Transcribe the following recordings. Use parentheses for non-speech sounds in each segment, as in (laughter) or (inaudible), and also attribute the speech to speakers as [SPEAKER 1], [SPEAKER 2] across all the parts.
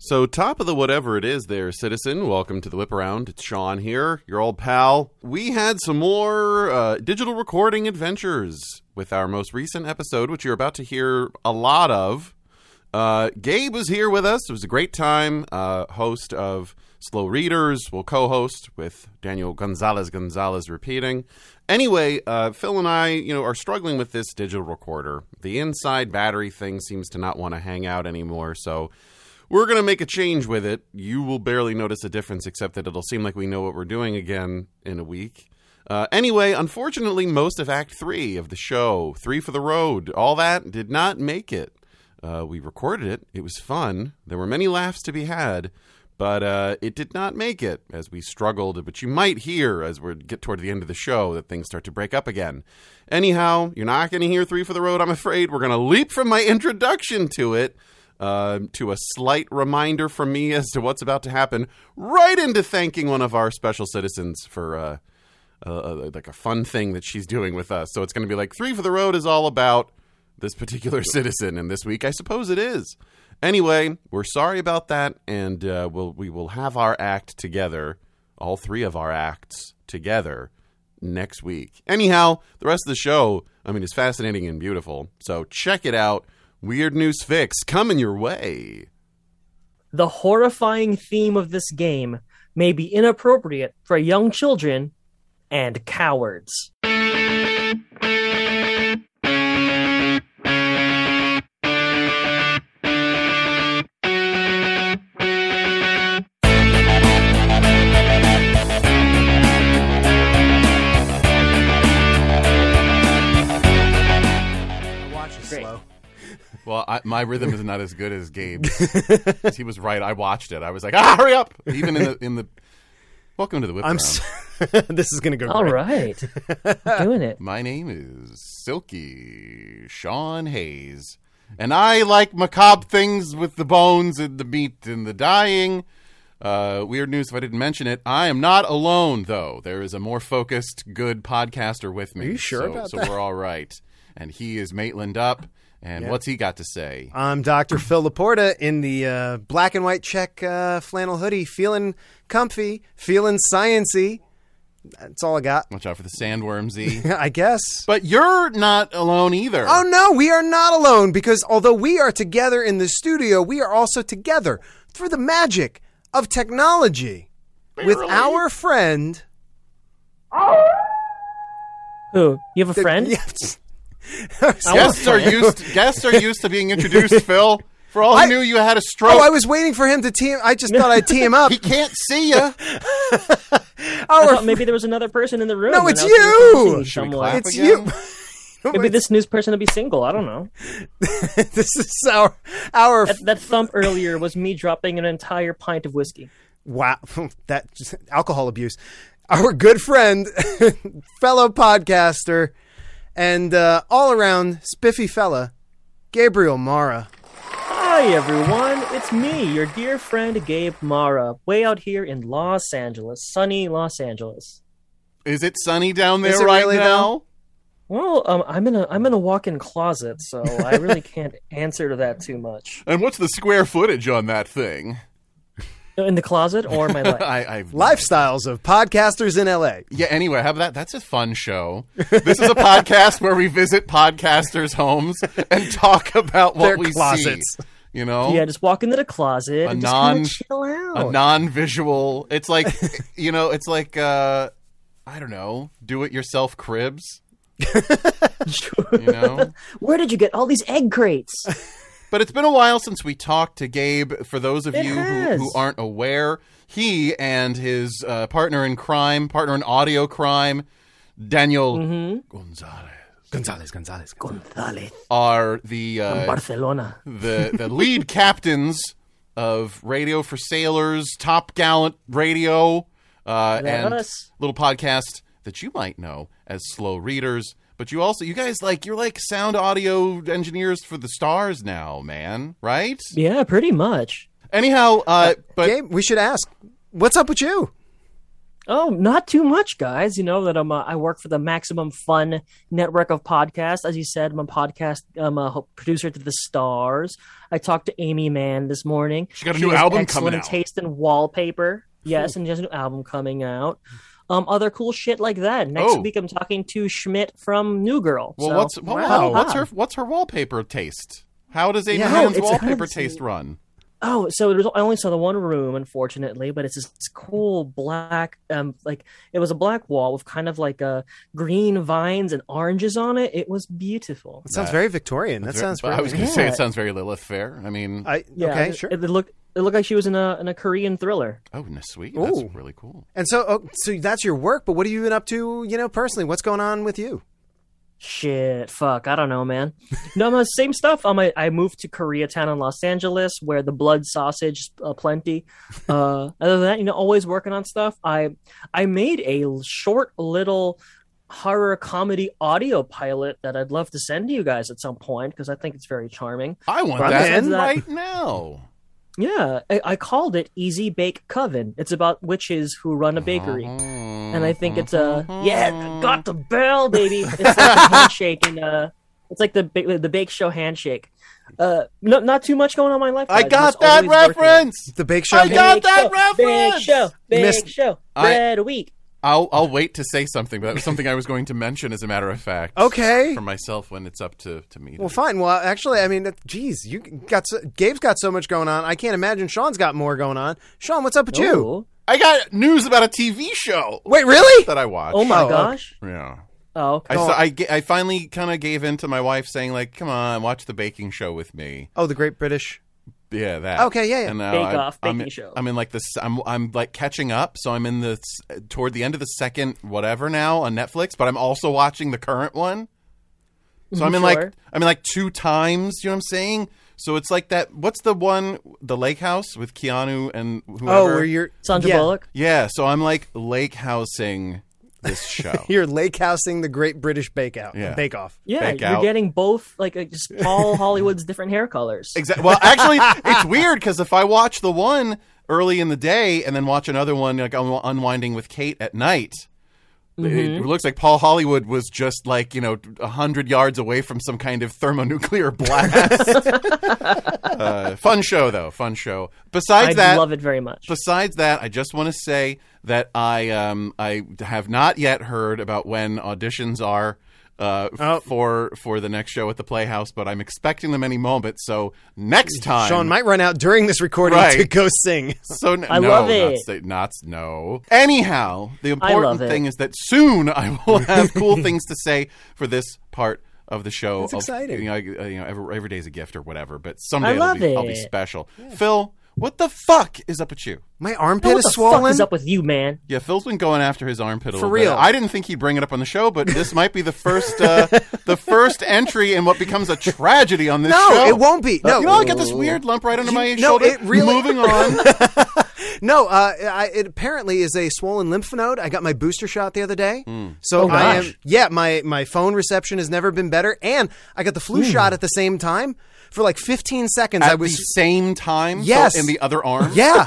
[SPEAKER 1] So, top of the whatever it is there, citizen. Welcome to the whip around. It's Sean here, your old pal. We had some more uh, digital recording adventures with our most recent episode, which you're about to hear a lot of. Uh, Gabe was here with us. It was a great time. Uh, host of Slow Readers, will co-host with Daniel Gonzalez. Gonzalez repeating. Anyway, uh, Phil and I, you know, are struggling with this digital recorder. The inside battery thing seems to not want to hang out anymore. So we're going to make a change with it. You will barely notice a difference, except that it'll seem like we know what we're doing again in a week. Uh, anyway, unfortunately, most of Act Three of the show, Three for the Road, all that did not make it. Uh, we recorded it. It was fun. There were many laughs to be had, but uh, it did not make it as we struggled. But you might hear as we get toward the end of the show that things start to break up again. Anyhow, you're not going to hear Three for the Road, I'm afraid. We're going to leap from my introduction to it uh, to a slight reminder from me as to what's about to happen, right into thanking one of our special citizens for. Uh, uh, like a fun thing that she's doing with us. So it's going to be like Three for the Road is all about this particular (laughs) citizen, and this week I suppose it is. Anyway, we're sorry about that, and uh, we'll, we will have our act together, all three of our acts together next week. Anyhow, the rest of the show, I mean, is fascinating and beautiful. So check it out. Weird News Fix coming your way.
[SPEAKER 2] the horrifying theme of this game may be inappropriate for young children and cowards.
[SPEAKER 3] Watch is
[SPEAKER 2] Great.
[SPEAKER 3] slow.
[SPEAKER 1] Well, I, my rhythm is not as good as Gabe's.
[SPEAKER 3] (laughs)
[SPEAKER 1] 'Cause he was right. I watched it. I was like, ah, hurry up! Even in the in the welcome to the whip
[SPEAKER 3] I'm.
[SPEAKER 1] round.
[SPEAKER 3] s (laughs) this is gonna go.
[SPEAKER 2] All
[SPEAKER 3] great. (laughs)
[SPEAKER 2] right. I'm doing it.
[SPEAKER 1] my name is Silky Sean Hayes, and I like macabre things with the bones and the meat and the dying. Uh, weird news if I didn't mention it. I am not alone, though. There is a more focused, good podcaster with me.
[SPEAKER 3] Are you sure
[SPEAKER 1] so,
[SPEAKER 3] about
[SPEAKER 1] so we're all right. And he is Maitland up. And what's he got to say?
[SPEAKER 3] I'm Dr. Phil Laporta in the uh, black and white check uh, flannel hoodie, feeling comfy, feeling sciency. That's all I got, (laughs)
[SPEAKER 1] Watch out for the E. sandworm Z.
[SPEAKER 3] I guess.
[SPEAKER 1] But you're not alone either.
[SPEAKER 3] Oh no, we are not alone because although we are together in the studio, we are also together through the magic of technology with our friend.
[SPEAKER 2] Who? You have a friend?
[SPEAKER 3] (laughs) Yes.
[SPEAKER 1] guests are used.
[SPEAKER 3] (laughs)
[SPEAKER 1] guests are used to being introduced. Phil, for all I,
[SPEAKER 3] I-
[SPEAKER 1] knew, you had a stroke.
[SPEAKER 3] Oh, I was waiting for him to team.
[SPEAKER 2] (laughs)
[SPEAKER 3] I just thought I'd tee him up.
[SPEAKER 1] he can't see you.
[SPEAKER 2] I
[SPEAKER 3] Our
[SPEAKER 2] thought maybe there was another person in the room.
[SPEAKER 3] No,
[SPEAKER 2] and
[SPEAKER 3] it's
[SPEAKER 2] I was
[SPEAKER 3] you!
[SPEAKER 2] confusing
[SPEAKER 1] Should we
[SPEAKER 2] someone.
[SPEAKER 1] clap?
[SPEAKER 3] it's
[SPEAKER 1] again?
[SPEAKER 3] you.
[SPEAKER 2] Maybe this news person will be single. I don't know.
[SPEAKER 3] (laughs) this is our our
[SPEAKER 2] That, that thump earlier was me dropping an entire pint of whiskey.
[SPEAKER 3] (laughs) wow (laughs) that just, alcohol abuse our good friend (laughs) fellow podcaster and uh, all around spiffy fella gabriel mara
[SPEAKER 2] Hi, everyone. It's me, your dear friend Gabe Mara, way out here in Los Angeles, sunny Los Angeles.
[SPEAKER 1] Is it sunny down there
[SPEAKER 3] Is it
[SPEAKER 1] right
[SPEAKER 3] really,
[SPEAKER 1] now?
[SPEAKER 2] Well, um, I'm in a I'm in a walk-in closet, so
[SPEAKER 1] (laughs)
[SPEAKER 2] I really can't answer to that too much.
[SPEAKER 1] And what's the square footage on that thing?
[SPEAKER 2] In the closet or
[SPEAKER 1] (laughs)
[SPEAKER 2] my life?
[SPEAKER 1] I, I've
[SPEAKER 3] lifestyles of podcasters in la
[SPEAKER 1] Yeah. Anyway, how about that? That's a fun show. This is a podcast where we visit podcasters' homes and talk about what
[SPEAKER 3] Their
[SPEAKER 1] we
[SPEAKER 3] closets.
[SPEAKER 1] see. You know,
[SPEAKER 2] yeah, just walk into the closet
[SPEAKER 1] A
[SPEAKER 2] and just kind
[SPEAKER 1] non-
[SPEAKER 2] of chill out.
[SPEAKER 1] a non-visual. It's like you know, it's like uh, I don't know, do-it-yourself cribs. You know.
[SPEAKER 2] (laughs) Where did you get all these egg
[SPEAKER 1] (laughs)
[SPEAKER 2] crates?
[SPEAKER 1] But it's been a while since we talked to Gabe. For those of
[SPEAKER 2] It
[SPEAKER 1] you who,
[SPEAKER 2] has.
[SPEAKER 1] who aren't aware, he and his uh, partner in crime, partner in audio crime, Daniel
[SPEAKER 2] Mm-hmm.
[SPEAKER 1] Gonzalez,
[SPEAKER 3] gonzalez gonzalez
[SPEAKER 2] Gonzalez,
[SPEAKER 1] are the uh,
[SPEAKER 2] Barcelona.
[SPEAKER 1] the
[SPEAKER 2] (laughs)
[SPEAKER 1] the lead captains of Radio for Sailors, Top Gallant Radio, uh,
[SPEAKER 2] That
[SPEAKER 1] and
[SPEAKER 2] us.
[SPEAKER 1] little podcast that you might know as Slow Readers. But you also, you guys like you're like sound audio engineers for the stars now, man. Right?
[SPEAKER 2] Yeah, pretty much.
[SPEAKER 1] Anyhow, uh, but
[SPEAKER 3] gabe we should ask what's up with you
[SPEAKER 2] Oh, not too much, guys. You know that I'm. Uh, I work for the Maximum Fun network of podcasts. As you said, I'm a podcast. I'm a ho- producer to the stars. I talked to Amy Mann this morning.
[SPEAKER 4] She got a
[SPEAKER 2] She
[SPEAKER 4] new
[SPEAKER 2] has
[SPEAKER 4] album
[SPEAKER 2] excellent
[SPEAKER 4] coming out.
[SPEAKER 2] Taste in wallpaper. Yes, and she has a new album coming out. Um, other cool shit like that. Next
[SPEAKER 1] Oh.
[SPEAKER 2] week, I'm talking to Schmidt from New Girl.
[SPEAKER 1] Well,
[SPEAKER 2] So-
[SPEAKER 1] what's well,
[SPEAKER 3] Wow.
[SPEAKER 1] what's her what's her wallpaper taste? How does Amy
[SPEAKER 3] Yeah.
[SPEAKER 1] Mann's
[SPEAKER 2] No, it's-
[SPEAKER 1] wallpaper taste run?
[SPEAKER 2] Oh, so it was, I only saw the one room, unfortunately, but it's this cool black, um, like it was a black wall with kind of like uh, green vines and oranges on it. It was beautiful.
[SPEAKER 3] That sounds
[SPEAKER 1] That-
[SPEAKER 3] very Victorian. That sounds
[SPEAKER 1] I
[SPEAKER 3] very.
[SPEAKER 1] was going to say
[SPEAKER 2] Yeah.
[SPEAKER 1] it sounds very Lilith Fair. I mean,
[SPEAKER 3] I,
[SPEAKER 2] Yeah,
[SPEAKER 3] okay,
[SPEAKER 2] it,
[SPEAKER 3] sure.
[SPEAKER 2] It, looked it looked like she was in a in a Korean thriller.
[SPEAKER 1] oh, n- sweet, that's
[SPEAKER 3] Ooh.
[SPEAKER 1] really cool.
[SPEAKER 3] and so, oh, so that's your work. But what have you been up to? You know, personally, what's going on with you?
[SPEAKER 2] Shit, fuck, I don't know, man. No, no, same stuff. Um, I, I moved to Koreatown in Los Angeles, where the blood sausage is uh, plenty. Uh, other than that, you know, always working on stuff. I I made a l- short little horror comedy audio pilot that I'd love to send to you guys at some point because I think it's very charming.
[SPEAKER 1] I want
[SPEAKER 2] Well,
[SPEAKER 1] that
[SPEAKER 2] then-
[SPEAKER 1] right now.
[SPEAKER 2] Yeah, I, I called it Easy Bake Coven. It's about witches who run a bakery.
[SPEAKER 1] Uh-huh.
[SPEAKER 2] and I think it's a yeah, got the bell, baby. It's like a handshake and uh, it's like the ba- the bake show handshake. Uh, no, not too much going on in my life.
[SPEAKER 1] I
[SPEAKER 2] guys. I'm
[SPEAKER 1] got
[SPEAKER 2] just
[SPEAKER 1] that
[SPEAKER 2] always working.
[SPEAKER 1] reference.
[SPEAKER 3] The bake show.
[SPEAKER 1] I got-
[SPEAKER 2] Bake
[SPEAKER 1] that
[SPEAKER 2] show,
[SPEAKER 1] reference!
[SPEAKER 2] Big show, big
[SPEAKER 3] Missed-
[SPEAKER 2] show,
[SPEAKER 1] I-
[SPEAKER 2] bread a week.
[SPEAKER 1] I'll I'll wait to say something, but that was something I was going to mention. As a matter of fact,
[SPEAKER 3] okay.
[SPEAKER 1] for myself when it's up to to me. to-
[SPEAKER 3] Well, fine. Well, actually, I mean, that- geez, you got so, Gabe's got so much going on. I can't imagine Sean's got more going on. Sean, what's up with you?
[SPEAKER 2] Ooh.
[SPEAKER 1] I got news about a TV show
[SPEAKER 3] Wait, really?
[SPEAKER 1] that I watched.
[SPEAKER 2] Oh my
[SPEAKER 3] Oh, okay.
[SPEAKER 2] gosh!
[SPEAKER 1] Yeah.
[SPEAKER 2] Oh, okay.
[SPEAKER 1] I, so I, ge- I finally kind of gave in to my wife saying like, "Come on, watch the baking show with me."
[SPEAKER 3] Oh, the Great British.
[SPEAKER 1] Yeah, that.
[SPEAKER 3] Okay, yeah, yeah.
[SPEAKER 1] And now
[SPEAKER 2] Bake
[SPEAKER 1] I-
[SPEAKER 2] Off
[SPEAKER 1] I'm-
[SPEAKER 2] baking show.
[SPEAKER 1] I'm in like this. I'm I'm like catching up, so I'm in the s- toward the end of the second whatever now on Netflix, but I'm also watching the current one. So I'm in like
[SPEAKER 2] Sure.
[SPEAKER 1] I'm in like two times. You know what I'm saying? So it's like that. What's the one? The Lake House with Keanu and whoever.
[SPEAKER 3] Oh, where you're
[SPEAKER 2] Sandra
[SPEAKER 3] yeah,
[SPEAKER 2] Bullock.
[SPEAKER 1] Yeah. So I'm like lake housing
[SPEAKER 3] (laughs)
[SPEAKER 1] this show.
[SPEAKER 3] You're lake housing the Great British Bake Out,
[SPEAKER 1] Yeah.
[SPEAKER 3] Bake Off.
[SPEAKER 2] Yeah,
[SPEAKER 1] Bake
[SPEAKER 2] you're
[SPEAKER 1] Out.
[SPEAKER 2] getting both like uh, just
[SPEAKER 1] (laughs)
[SPEAKER 2] all Hollywood's different hair colors.
[SPEAKER 1] Exactly. Well, actually, it's weird because if I watch the one early in the day and then watch another one like un- unwinding with Kate at night, it- it
[SPEAKER 2] Mm-hmm.
[SPEAKER 1] looks like Paul Hollywood was just like you know a hundred yards away from some kind of thermonuclear (laughs) blast.
[SPEAKER 2] (laughs)
[SPEAKER 1] uh, fun show though, fun show. Besides
[SPEAKER 2] I
[SPEAKER 1] that,
[SPEAKER 2] love it very much.
[SPEAKER 1] Besides that, I just want to say that I um, I have not yet heard about when auditions are uh, f-
[SPEAKER 3] Oh.
[SPEAKER 1] for for the next show at the Playhouse, but I'm expecting them any moment. So next time,
[SPEAKER 3] Sean might run out during this recording
[SPEAKER 1] Right.
[SPEAKER 3] to go sing. (laughs)
[SPEAKER 1] So n-
[SPEAKER 2] I
[SPEAKER 1] no,
[SPEAKER 2] love
[SPEAKER 1] not
[SPEAKER 2] it.
[SPEAKER 1] say- not no. Anyhow, the important
[SPEAKER 2] love it.
[SPEAKER 1] thing is that soon I will have cool things to say for this part of the show.
[SPEAKER 3] That's
[SPEAKER 1] of-
[SPEAKER 3] exciting.
[SPEAKER 1] You know, I- uh, you know, every, every day's a gift or whatever, but someday
[SPEAKER 2] I
[SPEAKER 1] it'll
[SPEAKER 2] love
[SPEAKER 1] be, I'll be
[SPEAKER 2] it.
[SPEAKER 1] special. Phil, what the fuck is up at you?
[SPEAKER 3] My
[SPEAKER 2] Now,
[SPEAKER 3] armpit
[SPEAKER 2] what
[SPEAKER 3] is
[SPEAKER 2] the
[SPEAKER 3] swollen.
[SPEAKER 2] fuck is up with you, man?
[SPEAKER 1] Yeah, Phil's been going after his armpit a little
[SPEAKER 3] real.
[SPEAKER 1] Bit. I didn't think he'd bring it up on the show, but this might be the first uh, the first entry in what becomes a tragedy on this
[SPEAKER 3] no,
[SPEAKER 1] show.
[SPEAKER 3] it won't be. No,
[SPEAKER 1] You know, I got this weird lump right under my
[SPEAKER 3] You- no,
[SPEAKER 1] shoulder.
[SPEAKER 3] it really-
[SPEAKER 1] Moving
[SPEAKER 3] (laughs)
[SPEAKER 1] on.
[SPEAKER 3] No, uh, I, it apparently is a swollen lymph node. I got my booster shot the other day,
[SPEAKER 1] Hmm.
[SPEAKER 3] so
[SPEAKER 2] Oh,
[SPEAKER 3] I am.
[SPEAKER 2] gosh.
[SPEAKER 3] Yeah, my my phone reception has never been better, and I got the flu
[SPEAKER 1] Hmm.
[SPEAKER 3] shot at the same time for like 15 seconds.
[SPEAKER 1] At
[SPEAKER 3] I
[SPEAKER 1] the
[SPEAKER 3] was
[SPEAKER 1] same time, so
[SPEAKER 3] Yes.
[SPEAKER 1] in the other arm.
[SPEAKER 3] (laughs) yeah.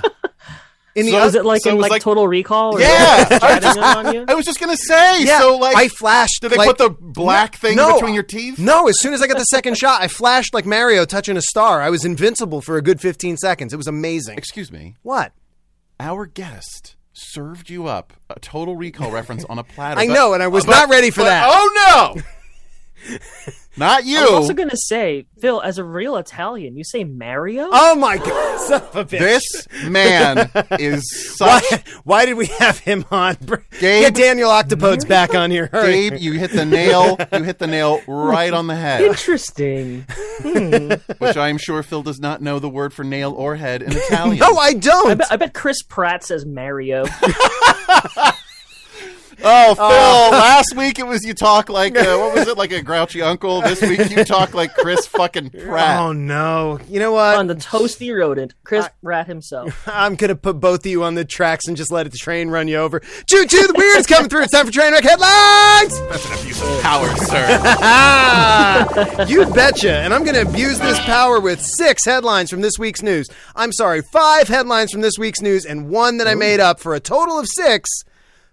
[SPEAKER 3] In the
[SPEAKER 1] So
[SPEAKER 3] oth-
[SPEAKER 2] Is it like
[SPEAKER 1] So it
[SPEAKER 2] in
[SPEAKER 1] was
[SPEAKER 2] like,
[SPEAKER 1] like-
[SPEAKER 2] Total Recall? Or (laughs)
[SPEAKER 1] Yeah.
[SPEAKER 2] like, chatting on you?
[SPEAKER 1] (laughs) I was just gonna say.
[SPEAKER 3] yeah,
[SPEAKER 1] So like,
[SPEAKER 3] I flashed.
[SPEAKER 1] Did they
[SPEAKER 3] like-
[SPEAKER 1] put the black thing
[SPEAKER 3] No.
[SPEAKER 1] between your teeth?
[SPEAKER 3] No, as soon as I got the second shot, I flashed like Mario touching a star. I was invincible for a good 15 seconds. It was amazing.
[SPEAKER 1] Excuse me.
[SPEAKER 3] What?
[SPEAKER 1] Our guest served you up a Total Recall reference on a platter.
[SPEAKER 3] I
[SPEAKER 1] but-
[SPEAKER 3] know, and I was
[SPEAKER 1] but-
[SPEAKER 3] not ready for
[SPEAKER 1] but-
[SPEAKER 3] that.
[SPEAKER 1] Oh no.
[SPEAKER 3] (laughs)
[SPEAKER 1] Not you.
[SPEAKER 2] I'm also gonna say, Phil, as a real Italian, you say Mario.
[SPEAKER 3] (laughs) Oh my god, son of a
[SPEAKER 1] (laughs)
[SPEAKER 3] bitch.
[SPEAKER 1] This man
[SPEAKER 3] (laughs)
[SPEAKER 1] is
[SPEAKER 3] Why,
[SPEAKER 1] such
[SPEAKER 3] why did we have him on?
[SPEAKER 1] Gabe-
[SPEAKER 3] Get Daniel Octopodes back on here. Hurry.
[SPEAKER 1] Gabe. You hit the nail. You hit the nail right on the head,
[SPEAKER 3] (laughs)
[SPEAKER 2] Interesting.
[SPEAKER 1] which I am sure Phil does not know the word for nail or head in Italian.
[SPEAKER 3] (laughs) No, I
[SPEAKER 2] I
[SPEAKER 3] don't.
[SPEAKER 2] bet, I bet Chris Pratt says Mario.
[SPEAKER 1] oh, Phil! last week it was you talk like uh, what was it like a grouchy uncle. This week you talk like Chris
[SPEAKER 3] (laughs)
[SPEAKER 1] fucking Pratt.
[SPEAKER 3] oh no. You know what? (laughs)
[SPEAKER 2] on the toasty rodent, Chris Pratt himself.
[SPEAKER 3] I'm gonna put both of you on the tracks and just let the train run you over. Choo choo, the weird's coming through. It's time for train wreck headlines.
[SPEAKER 1] That's an abuse of power,
[SPEAKER 3] (laughs)
[SPEAKER 1] sir.
[SPEAKER 3] Ah, you betcha. And I'm gonna abuse this power with six headlines from this week's news. I'm sorry, five headlines from this week's news and one that I made up for a total of six.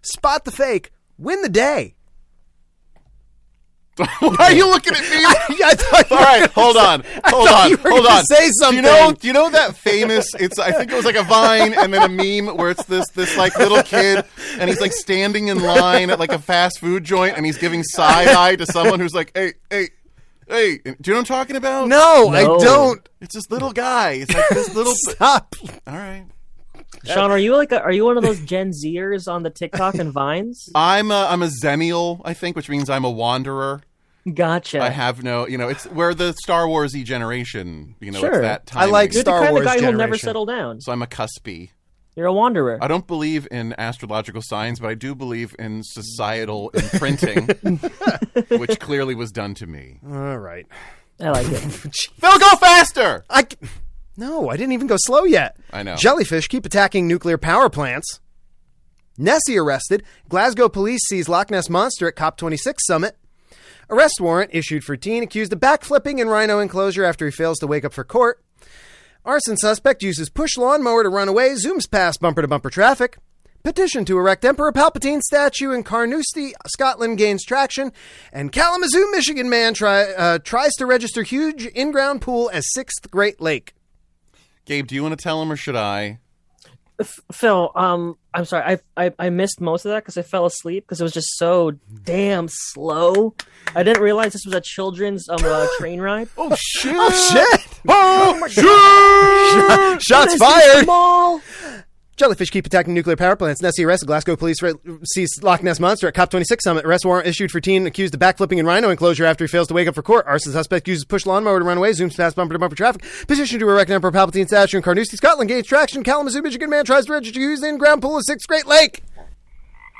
[SPEAKER 3] spot the fake, win the day. (laughs)
[SPEAKER 1] Why are you looking at me?
[SPEAKER 3] I thought you
[SPEAKER 1] All
[SPEAKER 3] were
[SPEAKER 1] right,
[SPEAKER 3] gonna
[SPEAKER 1] hold
[SPEAKER 3] say-
[SPEAKER 1] on,
[SPEAKER 3] I
[SPEAKER 1] hold
[SPEAKER 3] thought
[SPEAKER 1] on,
[SPEAKER 3] you were
[SPEAKER 1] hold
[SPEAKER 3] gonna
[SPEAKER 1] on.
[SPEAKER 3] Say
[SPEAKER 1] Do
[SPEAKER 3] something.
[SPEAKER 1] you know? Do you know that famous? It's I think it was like a vine and then a meme where it's this this like little kid and he's like standing in line at like a fast food joint and he's giving side eye to someone who's like, hey, hey, hey. Do you know what I'm talking about?
[SPEAKER 3] (laughs) no, I
[SPEAKER 2] No.
[SPEAKER 3] don't.
[SPEAKER 1] it's this little guy. It's like this
[SPEAKER 3] (laughs)
[SPEAKER 1] little.
[SPEAKER 3] Stop.
[SPEAKER 1] All right.
[SPEAKER 2] Sean, are you like a, are you one of those Gen Zers on the TikTok and
[SPEAKER 3] (laughs)
[SPEAKER 2] Vines?
[SPEAKER 1] I'm a, I'm a zenial, I think, which means I'm a wanderer.
[SPEAKER 2] Gotcha.
[SPEAKER 1] I have no, you know, it's we're the Star Warsy generation. You know, it's
[SPEAKER 2] Sure.
[SPEAKER 1] that
[SPEAKER 3] I
[SPEAKER 1] time.
[SPEAKER 3] like
[SPEAKER 2] You're
[SPEAKER 3] Star
[SPEAKER 2] the kind
[SPEAKER 3] Wars
[SPEAKER 2] of guy who'll never
[SPEAKER 3] generation.
[SPEAKER 2] settle down.
[SPEAKER 1] So I'm a cuspy.
[SPEAKER 2] You're a wanderer.
[SPEAKER 1] I don't believe in astrological signs, but I do believe in societal imprinting, which clearly was done to me.
[SPEAKER 3] All right.
[SPEAKER 2] I like it.
[SPEAKER 1] Phil, go faster!
[SPEAKER 3] I c- no, I didn't even go slow yet.
[SPEAKER 1] I know.
[SPEAKER 3] Jellyfish keep attacking nuclear power plants. Nessie arrested. Glasgow police seize Loch Ness monster at COP26 summit. Arrest warrant issued for teen accused of backflipping in rhino enclosure after he fails to wake up for court. Arson suspect uses push lawnmower to run away, zooms past bumper to bumper traffic. Petition to erect Emperor Palpatine statue in Carnoustie, Scotland gains traction, and Kalamazoo, Michigan man try, uh, tries to register huge in-ground pool as sixth Great Lake.
[SPEAKER 1] Gabe, do you want to tell him or should I?
[SPEAKER 2] F- Phil, um, I'm sorry, I I, I missed most of that because I fell asleep because it was just so damn slow. I didn't realize this was a children's um, uh, train
[SPEAKER 3] (laughs)
[SPEAKER 2] ride.
[SPEAKER 1] Oh, shit! (laughs)
[SPEAKER 3] Shit!
[SPEAKER 1] Oh, shit!
[SPEAKER 3] (laughs) Shots
[SPEAKER 2] This is
[SPEAKER 3] fired!
[SPEAKER 2] Small.
[SPEAKER 3] Jellyfish keep attacking nuclear power plants. Nessie arrested. Glasgow police re- sees Loch Ness monster at COP26 summit. Arrest warrant issued for teen accused of backflipping in rhino enclosure after he fails to wake up for court. Arson suspect uses push lawnmower to run away. Zooms past bumper to bumper traffic. Petition to erect an Emperor Palpatine statue in Carnoustie, Scotland. Gains traction. Kalamazoo, Michigan man tries to register used in ground pool of Sixth Great Lake.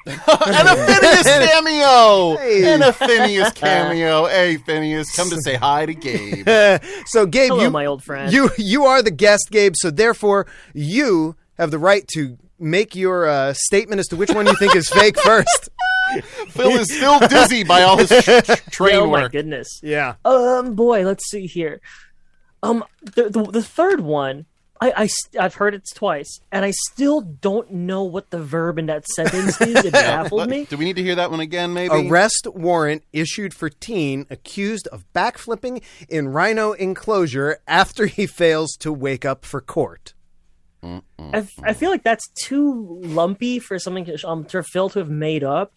[SPEAKER 1] and a Phineas cameo! And a Phineas cameo. Hey, Phineas, come to say hi to Gabe.
[SPEAKER 3] So Gabe,
[SPEAKER 2] Hello,
[SPEAKER 3] you,
[SPEAKER 2] my old friend.
[SPEAKER 3] you you are the guest, Gabe. So therefore, you have the right to make your uh, statement as to which one you think is
[SPEAKER 2] (laughs)
[SPEAKER 3] fake first.
[SPEAKER 1] Phil is still dizzy by all his tr- tr- train
[SPEAKER 2] oh my
[SPEAKER 1] work.
[SPEAKER 2] goodness.
[SPEAKER 3] Yeah.
[SPEAKER 2] Um, boy, let's see here. Um, the the, the third one, I, I st- I've heard it twice, and I still don't know what the verb in that sentence is. It baffled me.
[SPEAKER 1] Do we need to hear that one again, maybe?
[SPEAKER 3] Arrest warrant issued for teen accused of backflipping in rhino enclosure after he fails to wake up for court.
[SPEAKER 1] Mm.
[SPEAKER 2] I, f- I feel like that's too lumpy for something to- um, for Phil to have made up.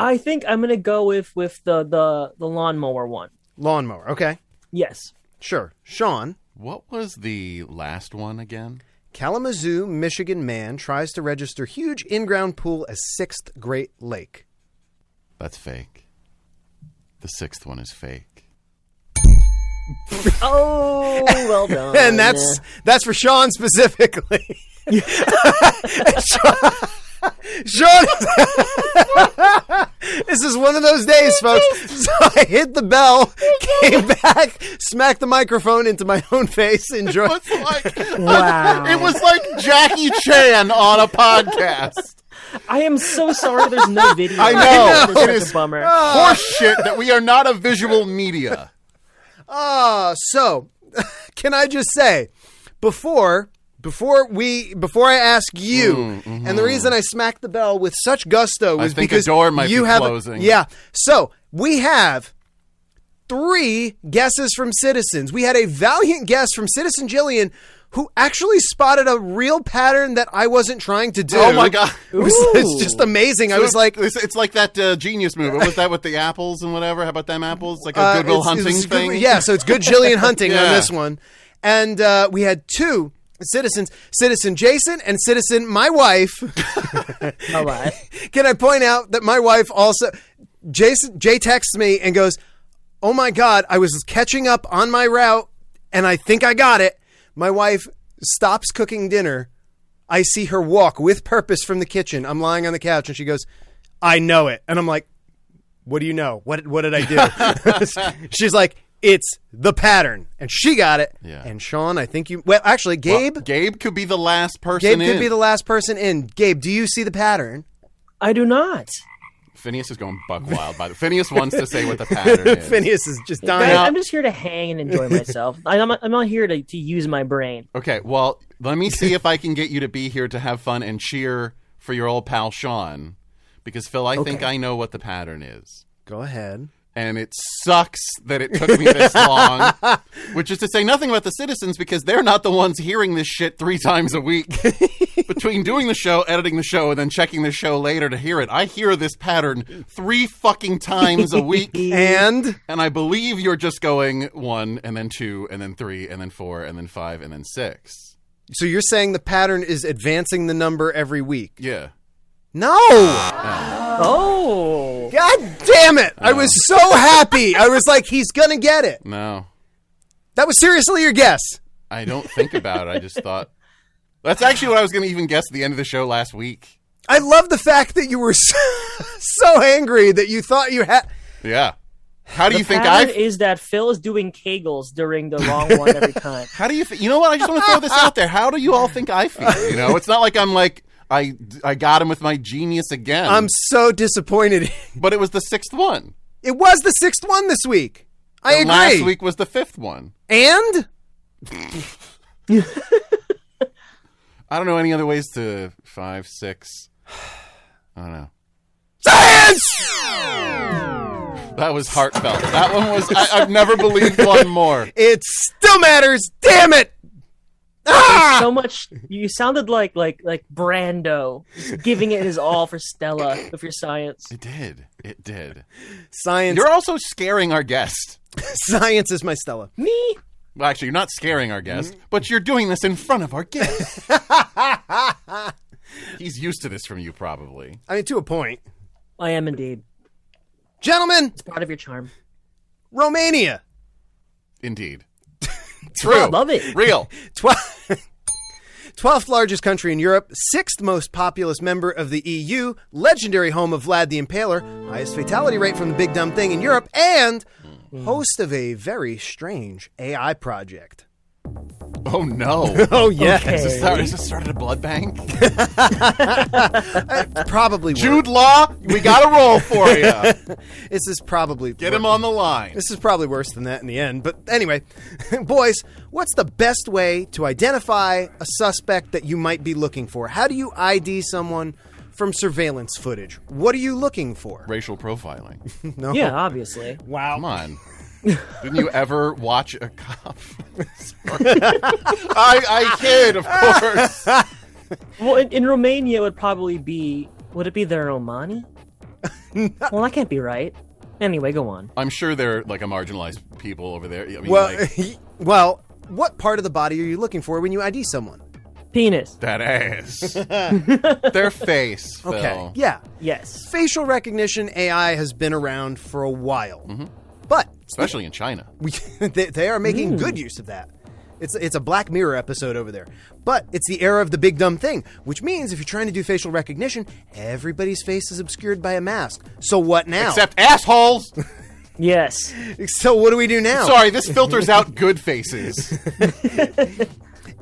[SPEAKER 2] I think I'm gonna go with with the the the lawnmower one.
[SPEAKER 3] Lawnmower. Okay.
[SPEAKER 2] Yes,
[SPEAKER 3] Sure. Sean,
[SPEAKER 1] What was the last one again?
[SPEAKER 3] Kalamazoo, Michigan man tries to register huge in ground pool as sixth Great Lake.
[SPEAKER 1] That's fake. The sixth one is fake.
[SPEAKER 2] Oh, (laughs) well done.
[SPEAKER 3] (laughs) And that's that's for Sean specifically. (laughs) Sean, (laughs) this is one of those days, folks. So I hit the bell, came back, smacked the microphone into my own face, enjoyed.
[SPEAKER 1] It was like,
[SPEAKER 2] Wow.
[SPEAKER 1] it was like Jackie Chan on a podcast.
[SPEAKER 2] I am so sorry.
[SPEAKER 1] (laughs)
[SPEAKER 2] There's no video.
[SPEAKER 1] I know.
[SPEAKER 2] This
[SPEAKER 1] It
[SPEAKER 2] is
[SPEAKER 1] is-
[SPEAKER 2] such a bummer.
[SPEAKER 1] Horse shit that we are not a visual media.
[SPEAKER 3] Ah, so (laughs) can I just say, before before we before I ask you, and the reason I smacked the bell with such gusto was
[SPEAKER 1] Mm, mm-hmm. think a
[SPEAKER 3] because
[SPEAKER 1] door might
[SPEAKER 3] you
[SPEAKER 1] be
[SPEAKER 3] have
[SPEAKER 1] closing.
[SPEAKER 3] yeah. So we have three guesses from citizens. We had a valiant guess from Citizen Jillian. Who actually spotted a real pattern that I wasn't trying to do?
[SPEAKER 1] Oh my God.
[SPEAKER 3] It was, it's
[SPEAKER 2] Ooh.
[SPEAKER 3] just amazing. I was like,
[SPEAKER 1] it's, it's like that uh, genius move. Was that with the apples and whatever? How about them apples? Like a
[SPEAKER 3] Uh,
[SPEAKER 1] Goodwill
[SPEAKER 3] it's-
[SPEAKER 1] Hunting
[SPEAKER 3] it's good-
[SPEAKER 1] thing.
[SPEAKER 3] yeah, so it's good Jillian hunting
[SPEAKER 1] (laughs)
[SPEAKER 3] on
[SPEAKER 1] Yeah.
[SPEAKER 3] this one. And uh, we had two citizens, citizen Jason and citizen my wife.
[SPEAKER 2] All right.
[SPEAKER 3] Can I point out that my wife also Jason Jay texts me and goes, "Oh my god, I was catching up on my route and I think I got it." My wife stops cooking dinner. I see her walk with purpose from the kitchen. I'm lying on the couch and she goes, "I know it." And I'm like, "What do you know? What what did I do?" (laughs) She's like, "It's the pattern." And she got it.
[SPEAKER 1] Yeah.
[SPEAKER 3] And Sean, I think you Well, actually Gabe
[SPEAKER 1] Gabe could be the last person
[SPEAKER 3] Gabe
[SPEAKER 1] in.
[SPEAKER 3] could be the last person in. Gabe, do you see the pattern?
[SPEAKER 2] I do not.
[SPEAKER 1] Phineas is going buck wild by the. Phineas wants to say what the
[SPEAKER 3] (laughs)
[SPEAKER 1] pattern is.
[SPEAKER 3] Phineas is just dying.
[SPEAKER 2] Guys,
[SPEAKER 1] know.
[SPEAKER 2] I'm just here to hang and
[SPEAKER 1] (laughs)
[SPEAKER 2] enjoy myself. I- I'm not, I'm not here to, to use my brain.
[SPEAKER 1] Okay, well, let me see if I can get you to be here to have fun and cheer for your old pal Sean because Phil, I think
[SPEAKER 2] Okay.
[SPEAKER 1] I know what the pattern is.
[SPEAKER 3] Go ahead.
[SPEAKER 1] And it sucks that it took me this long, which is to say nothing about the citizens because they're not the ones hearing this shit three times a week. Between doing the show, editing the show, and then checking the show later to hear it, I hear this pattern three fucking times a week.
[SPEAKER 3] And
[SPEAKER 1] And I believe you're just going one, and then two, and then three, and then four, and then five, and then six.
[SPEAKER 3] so you're saying the pattern is advancing the number every week?
[SPEAKER 1] Yeah.
[SPEAKER 3] No.
[SPEAKER 2] Oh,
[SPEAKER 3] God damn it! I was so happy. I was like, he's gonna get it.
[SPEAKER 1] No,
[SPEAKER 3] That was seriously your guess.
[SPEAKER 1] I don't think about it. I just thought that's actually what I was going to even guess at the end of the show last week.
[SPEAKER 3] I love the fact that you were (laughs) so, so angry that you thought you had.
[SPEAKER 1] Yeah. How do you think
[SPEAKER 2] pattern
[SPEAKER 1] I?
[SPEAKER 2] is that Phil is doing Kegels during the wrong one every time.
[SPEAKER 1] How do you? F- you know what? I just want to throw this out there. How do you all think I feel? You know, it's not like I'm like I I got him with my genius again.
[SPEAKER 3] I'm so disappointed. (laughs)
[SPEAKER 1] but it was the sixth one.
[SPEAKER 3] It was the sixth one this week. I
[SPEAKER 1] And
[SPEAKER 3] agree.
[SPEAKER 1] Last week was the fifth one.
[SPEAKER 3] And
[SPEAKER 1] I don't know any other ways to five, six. I don't know.
[SPEAKER 3] science.
[SPEAKER 1] That was heartfelt. That one was. I, I've never believed one more.
[SPEAKER 3] It still matters. Damn it. Ah!
[SPEAKER 1] (laughs)
[SPEAKER 2] So much. You sounded like like like Brando, just giving it his all for Stella with your science.
[SPEAKER 1] It did. It did.
[SPEAKER 3] Science.
[SPEAKER 1] You're also scaring our guest.
[SPEAKER 3] Science is my Stella.
[SPEAKER 2] Me?
[SPEAKER 1] Well, actually, you're not scaring our guest,
[SPEAKER 3] Mm-hmm.
[SPEAKER 1] but you're doing this in front of our guest. (laughs) He's used to this from you, probably.
[SPEAKER 3] I mean, to a point.
[SPEAKER 2] I am indeed.
[SPEAKER 3] Gentlemen,
[SPEAKER 2] It's part of your charm.
[SPEAKER 3] Romania.
[SPEAKER 1] Indeed. True.
[SPEAKER 2] I love it.
[SPEAKER 1] Real.
[SPEAKER 3] (laughs) Twelve. 12th largest country in Europe, 6th most populous member of the EU, legendary home of Vlad the Impaler, highest fatality rate from the big dumb thing in Europe, and host of a very strange AI project.
[SPEAKER 1] Oh, no.
[SPEAKER 3] Oh, yes.
[SPEAKER 2] Okay.
[SPEAKER 1] (laughs) Sorry, is this started a blood bank?
[SPEAKER 3] Probably
[SPEAKER 1] Jude Law, we got a roll for you.
[SPEAKER 3] worse. This is probably
[SPEAKER 1] Get him on the line.
[SPEAKER 3] This is probably worse than that in the end, but anyway, (laughs) boys, what's the best way to identify a suspect that you might be looking for? How do you ID someone from surveillance footage? What are you looking for?
[SPEAKER 1] Racial profiling.
[SPEAKER 3] No.
[SPEAKER 2] Yeah, obviously.
[SPEAKER 1] Come on. Didn't you ever watch a cop? (laughs) I, I kid, of course.
[SPEAKER 2] Well, in, in Romania, it would probably be. Would it be the
[SPEAKER 1] (laughs)
[SPEAKER 2] Romani? well, that can't be right. Anyway, go on.
[SPEAKER 1] I'm sure they're like a marginalized people over there. I mean,
[SPEAKER 3] (laughs) Well, (laughs)
[SPEAKER 1] like,
[SPEAKER 3] well, what part of the body are you looking for when you ID someone?
[SPEAKER 2] Penis.
[SPEAKER 1] that ass. Their face. Phil.
[SPEAKER 3] Okay. Yeah.
[SPEAKER 2] Yes.
[SPEAKER 3] Facial recognition AI has been around for a while.
[SPEAKER 1] Mm-hmm.
[SPEAKER 3] But
[SPEAKER 1] Especially in China.
[SPEAKER 3] we, (laughs) they, they are making
[SPEAKER 1] Mm.
[SPEAKER 3] good use of that. It's it's a Black Mirror episode over there, but it's the era of the big dumb thing, which means if you're trying to do facial recognition, everybody's face is obscured by a mask. So what now?
[SPEAKER 1] Except assholes.
[SPEAKER 2] Yes.
[SPEAKER 3] so what do we do now?
[SPEAKER 1] Sorry, this filters out good faces.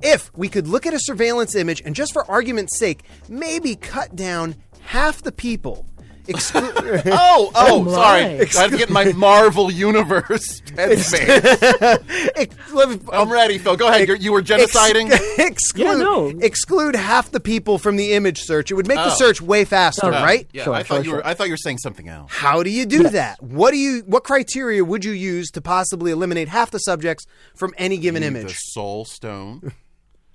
[SPEAKER 3] If we could look at a surveillance image and just for argument's sake, maybe cut down half the people. Exclu-
[SPEAKER 1] (laughs)
[SPEAKER 3] (laughs)
[SPEAKER 1] Oh, oh,
[SPEAKER 2] my.
[SPEAKER 1] sorry. I have to get my Marvel
[SPEAKER 3] (laughs)
[SPEAKER 1] Universe. headspace.
[SPEAKER 3] ex- let-
[SPEAKER 1] I'm ready, Phil. Go ahead. You're, you were
[SPEAKER 3] ex-
[SPEAKER 1] genociding.
[SPEAKER 3] (laughs) exclude,
[SPEAKER 2] Yeah, no.
[SPEAKER 3] exclude half the people from the image search. It would make the
[SPEAKER 1] Oh.
[SPEAKER 3] search way faster,
[SPEAKER 2] Okay.
[SPEAKER 3] right?
[SPEAKER 1] Yeah,
[SPEAKER 2] Sure,
[SPEAKER 1] I thought
[SPEAKER 2] sure,
[SPEAKER 1] you were.
[SPEAKER 2] sure.
[SPEAKER 1] I thought you were saying something else.
[SPEAKER 3] How do you do that? What do you what criteria would you use to possibly eliminate half the subjects from any given
[SPEAKER 1] The
[SPEAKER 3] image? Mm-hmm.
[SPEAKER 1] Soul Stone,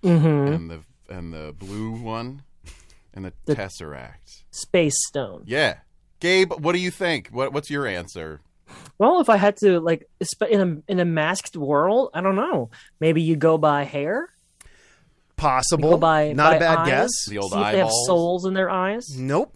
[SPEAKER 1] and the and the blue one, and the, Tesseract.
[SPEAKER 2] Space stone.
[SPEAKER 1] Yeah, Gabe, what do you think? What what's your answer?
[SPEAKER 2] Well, if I had to like sp- in a in a masked world, I don't know. Maybe you go by hair.
[SPEAKER 3] Possible.
[SPEAKER 2] Go by
[SPEAKER 3] Not
[SPEAKER 2] by
[SPEAKER 3] a bad
[SPEAKER 2] eyes,
[SPEAKER 3] guess. Mm-hmm.
[SPEAKER 1] The old
[SPEAKER 2] see if they have
[SPEAKER 1] eyeballs.
[SPEAKER 2] souls in their eyes.
[SPEAKER 3] Nope.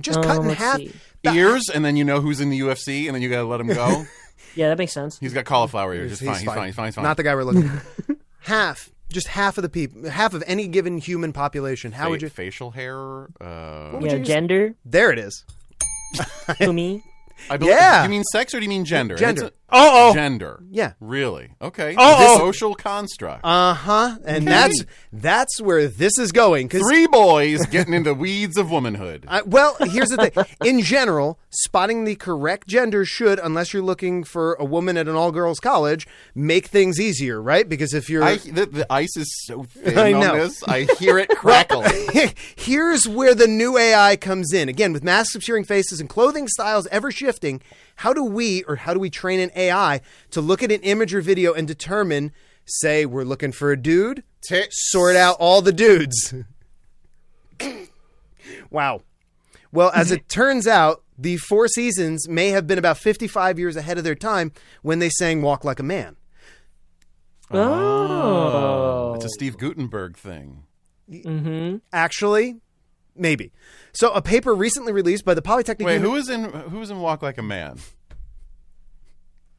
[SPEAKER 3] Just
[SPEAKER 2] Uh,
[SPEAKER 3] cut in
[SPEAKER 2] let's
[SPEAKER 3] half.
[SPEAKER 2] see.
[SPEAKER 1] Ears, and then you know who's in the UFC, and then you gotta let him
[SPEAKER 3] (laughs)
[SPEAKER 1] go.
[SPEAKER 2] Yeah, that makes sense.
[SPEAKER 1] He's got cauliflower ears. It's
[SPEAKER 3] He's
[SPEAKER 1] fine. He's fine. He's fine. He's fine.
[SPEAKER 3] Not the guy we're looking for.
[SPEAKER 1] (laughs)
[SPEAKER 3] half. Just half of the people half of any given human population. How
[SPEAKER 1] Fa-
[SPEAKER 3] would you
[SPEAKER 1] facial hair? Uh,
[SPEAKER 2] Yeah, gender,
[SPEAKER 3] There it is.
[SPEAKER 2] to me.
[SPEAKER 1] I believe,
[SPEAKER 3] Yeah. (laughs)
[SPEAKER 1] Do you mean sex or do you mean gender? And
[SPEAKER 3] Gender.
[SPEAKER 1] it's
[SPEAKER 4] Oh, oh.
[SPEAKER 1] Gender.
[SPEAKER 3] Yeah.
[SPEAKER 1] Really? Okay.
[SPEAKER 4] Oh, oh.
[SPEAKER 1] Social construct.
[SPEAKER 3] Uh huh. And that's that's where this is going. Because
[SPEAKER 1] Three boys getting into weeds of womanhood.
[SPEAKER 3] (laughs) I, well, here's the thing. In general, spotting the correct gender should, unless you're looking for a woman at an all girls college, make things easier, right? Because if you're.
[SPEAKER 1] I, the, the ice is so thin
[SPEAKER 3] I know.
[SPEAKER 1] on this. I hear
[SPEAKER 3] (laughs)
[SPEAKER 1] it crackle.
[SPEAKER 3] here's where the new AI comes in. Again, with masks obscuring faces and clothing styles ever shifting, how do we or how do we train an AI to look at an image or video and determine, say, we're looking for a dude? sort out all the dudes. wow. Well,
[SPEAKER 1] (laughs)
[SPEAKER 3] as it turns out, the Four Seasons may have been about 55 years ahead of their time when they sang Walk Like a Man.
[SPEAKER 2] Oh. Mm-hmm.
[SPEAKER 1] It's a Steve Gutenberg thing.
[SPEAKER 3] Ah. Actually, maybe. So, a paper recently released by the Polytechnic
[SPEAKER 1] Wait,
[SPEAKER 3] Uni-
[SPEAKER 1] who was in who was in Walk Like a Man?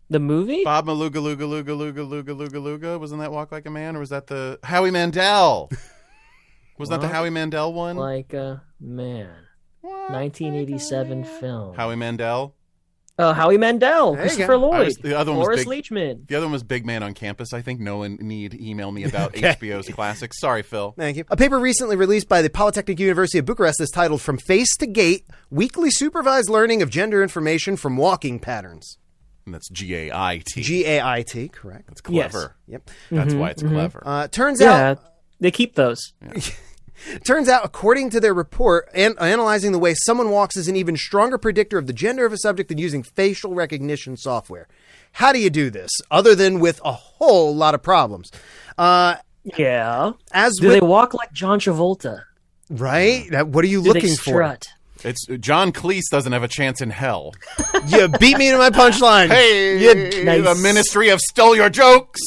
[SPEAKER 2] The movie?
[SPEAKER 1] Bob Maluga Luga Luga Luga Luga Luga Luga. Wasn't that Walk Like a Man, or was that the Howie Mandel? Was that the Howie Mandel one?
[SPEAKER 2] Like a man.
[SPEAKER 1] What?
[SPEAKER 2] 1987 film.
[SPEAKER 1] Howie Mandel.
[SPEAKER 2] uh, Howie Mandel,
[SPEAKER 3] There you go.
[SPEAKER 2] Christopher
[SPEAKER 1] I
[SPEAKER 2] Lloyd,
[SPEAKER 1] was- the other one was
[SPEAKER 2] Morris
[SPEAKER 1] big-
[SPEAKER 2] Leachman.
[SPEAKER 1] The other one was Big Man on Campus. I think no one need email
[SPEAKER 3] (laughs)
[SPEAKER 1] me about HBO's classics. Sorry, Phil.
[SPEAKER 3] Thank you. A paper recently released by the Polytechnic University of Bucharest is titled From Face to Gate Weekly Supervised Learning of Gender Information from Walking Patterns.
[SPEAKER 1] And that's G A I T.
[SPEAKER 3] G A I T, correct.
[SPEAKER 1] That's clever.
[SPEAKER 3] Yep.
[SPEAKER 1] That's why it's clever.
[SPEAKER 3] Uh, turns out
[SPEAKER 2] Yeah, they keep those.
[SPEAKER 3] Turns out, according to their report, an- analyzing the way someone walks is an even stronger predictor of the gender of a subject than using facial recognition software. How do you do this other than with a whole lot of problems? Uh,
[SPEAKER 2] Yeah.
[SPEAKER 3] as
[SPEAKER 2] Do
[SPEAKER 3] with,
[SPEAKER 2] they walk like John Travolta?
[SPEAKER 3] right, That- what are you
[SPEAKER 2] Do they
[SPEAKER 3] looking for?
[SPEAKER 2] strut?
[SPEAKER 1] It's John Cleese doesn't have a chance in hell. (laughs)
[SPEAKER 3] You beat me to my punchline.
[SPEAKER 1] Hey,
[SPEAKER 3] You-
[SPEAKER 2] nice.
[SPEAKER 1] the Ministry of Stole Your Jokes.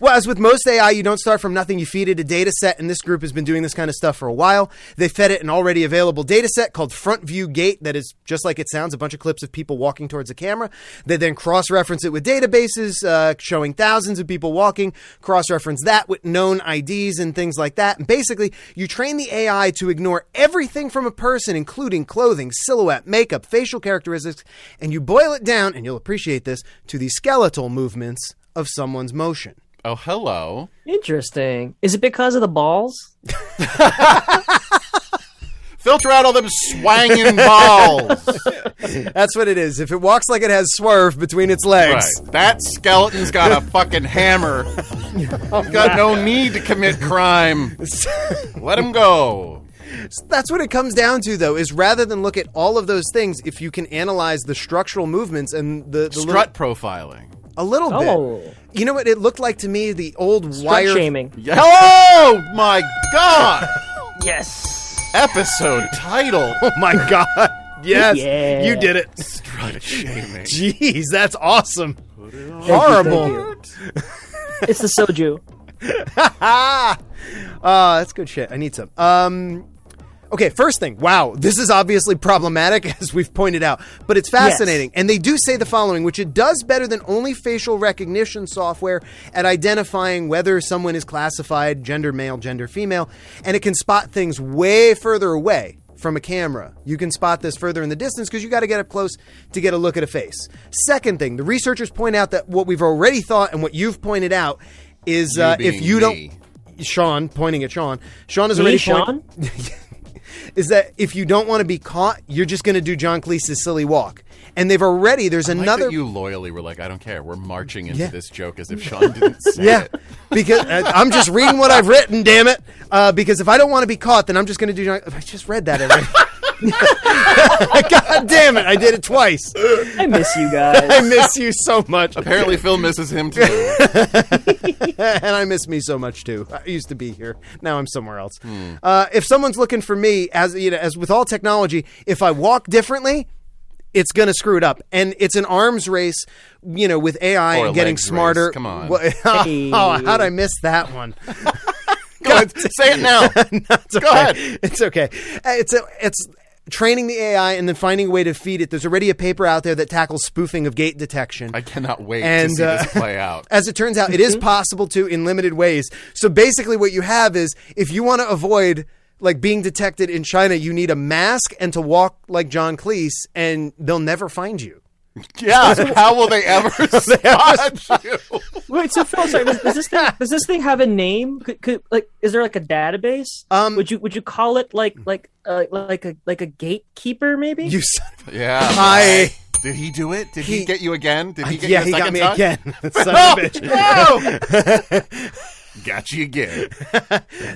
[SPEAKER 3] Well, as with most AI, you don't start from nothing. You feed it a data set, and this group has been doing this kind of stuff for a while. They fed it an already available data set called Front View Gate, that is just like it sounds a bunch of clips of people walking towards a camera. They then cross reference it with databases uh, showing thousands of people walking, cross reference that with known IDs and things like that. And basically, you train the AI to ignore everything from a person, including clothing, silhouette, makeup, facial characteristics, and you boil it down, and you'll appreciate this, to the skeletal movements of someone's motion.
[SPEAKER 1] oh, hello.
[SPEAKER 2] Interesting. Is it because of the balls?
[SPEAKER 1] Filter out all them swanging balls.
[SPEAKER 3] That's what it is. If it walks like it has swerve between its
[SPEAKER 1] Right.
[SPEAKER 3] legs.
[SPEAKER 1] That skeleton's got a fucking hammer. He's got no need to commit crime. Let him go.
[SPEAKER 3] (laughs) That's what it comes down to, though, is rather than look at all of those things, if you can analyze the structural movements and the, the
[SPEAKER 1] Strut profiling.
[SPEAKER 3] little, a little
[SPEAKER 2] Oh.
[SPEAKER 3] bit. You know what it looked like to me? The old
[SPEAKER 2] Strut
[SPEAKER 3] wire.
[SPEAKER 2] shaming.
[SPEAKER 1] Yeah. Hello, my God.
[SPEAKER 2] Yes.
[SPEAKER 1] Episode title.
[SPEAKER 3] My (laughs) God. Yes.
[SPEAKER 2] Yeah.
[SPEAKER 3] You did it. (laughs)
[SPEAKER 1] Strut shaming.
[SPEAKER 3] Jeez, that's awesome.
[SPEAKER 2] Thank you, thank
[SPEAKER 3] Horrible.
[SPEAKER 2] you. (laughs) It's the soju.
[SPEAKER 3] Ah, uh, that's good shit. I need some. Um, okay, first thing. Wow, this is obviously problematic, (laughs) as we've pointed out, but it's fascinating. And they do say the following, which it does better than only facial recognition software at identifying whether someone is classified gender male, gender female, and it can spot things way further away. From a camera. You can spot this further in the distance because you got to get up close to get a look at a face. Second thing, the researchers point out that what we've already thought and what you've pointed out is uh, if
[SPEAKER 1] being
[SPEAKER 3] you
[SPEAKER 1] me.
[SPEAKER 3] don't Sean pointing at Sean. Sean is
[SPEAKER 2] Me,
[SPEAKER 3] already
[SPEAKER 2] Sean?
[SPEAKER 3] point- is that if you don't want to be caught, you're just going to do John Cleese's silly walk. And they've already there's
[SPEAKER 1] Like
[SPEAKER 3] another
[SPEAKER 1] that you loyally were like, I don't care. We're marching into
[SPEAKER 3] Yeah.
[SPEAKER 1] this joke as if Sean didn't say (laughs)
[SPEAKER 3] (laughs) yeah
[SPEAKER 1] it.
[SPEAKER 3] because uh, I'm just reading what I've written. Damn it! Uh, because if I don't want to be caught, then I'm just going to do John. I just read that already. (laughs) God damn it! I did it twice.
[SPEAKER 2] I miss you guys.
[SPEAKER 3] I miss you so much,
[SPEAKER 1] Apparently, Phil misses him
[SPEAKER 3] (laughs)
[SPEAKER 1] too.
[SPEAKER 3] and I miss me so much too. I used to be here. Now I'm somewhere else.
[SPEAKER 1] Hmm.
[SPEAKER 3] Uh, if someone's looking for me, as you know, as with all technology, if I walk differently, it's gonna screw it up. And it's an arms race, you know, with AI
[SPEAKER 1] Or a
[SPEAKER 3] and getting
[SPEAKER 1] legs race.
[SPEAKER 3] smarter.
[SPEAKER 1] Come on.
[SPEAKER 3] Wha- (laughs)
[SPEAKER 2] Hey.
[SPEAKER 3] oh, how'd I miss that one? (laughs)
[SPEAKER 1] Go ahead, say it now.
[SPEAKER 3] it's okay.
[SPEAKER 1] ahead.
[SPEAKER 3] It's okay. Uh, It's a, it's training the AI and then finding a way to feed it. There's already a paper out there that tackles spoofing of gate detection.
[SPEAKER 1] I cannot wait
[SPEAKER 3] And,
[SPEAKER 1] to see
[SPEAKER 3] uh,
[SPEAKER 1] this play out.
[SPEAKER 3] (laughs) As it turns out, it
[SPEAKER 1] Mm-hmm.
[SPEAKER 3] is possible to in limited ways. So basically, what you have is if you want to avoid like
[SPEAKER 1] (laughs)
[SPEAKER 3] being detected in China, you need a mask and to walk like John Cleese, and they'll never find you.
[SPEAKER 1] Yeah, how will they ever (laughs) spot you?
[SPEAKER 2] Wait, so Phil, sorry, does, does this thing does this thing have a name? Could, could, like, is there like a database?
[SPEAKER 3] Um,
[SPEAKER 2] would you would you call it like like uh, like a like a gatekeeper maybe?
[SPEAKER 3] You son of
[SPEAKER 1] Yeah.
[SPEAKER 3] I-
[SPEAKER 1] Did he do it? Did he,
[SPEAKER 3] He-
[SPEAKER 1] get you again? Did he
[SPEAKER 3] a-
[SPEAKER 1] get
[SPEAKER 3] yeah,
[SPEAKER 1] you a
[SPEAKER 3] he got
[SPEAKER 1] second
[SPEAKER 3] me
[SPEAKER 1] time? (laughs)
[SPEAKER 3] again. son
[SPEAKER 1] No,
[SPEAKER 3] of a
[SPEAKER 1] (laughs)
[SPEAKER 3] bitch.
[SPEAKER 1] no!
[SPEAKER 3] (laughs)
[SPEAKER 1] got you again.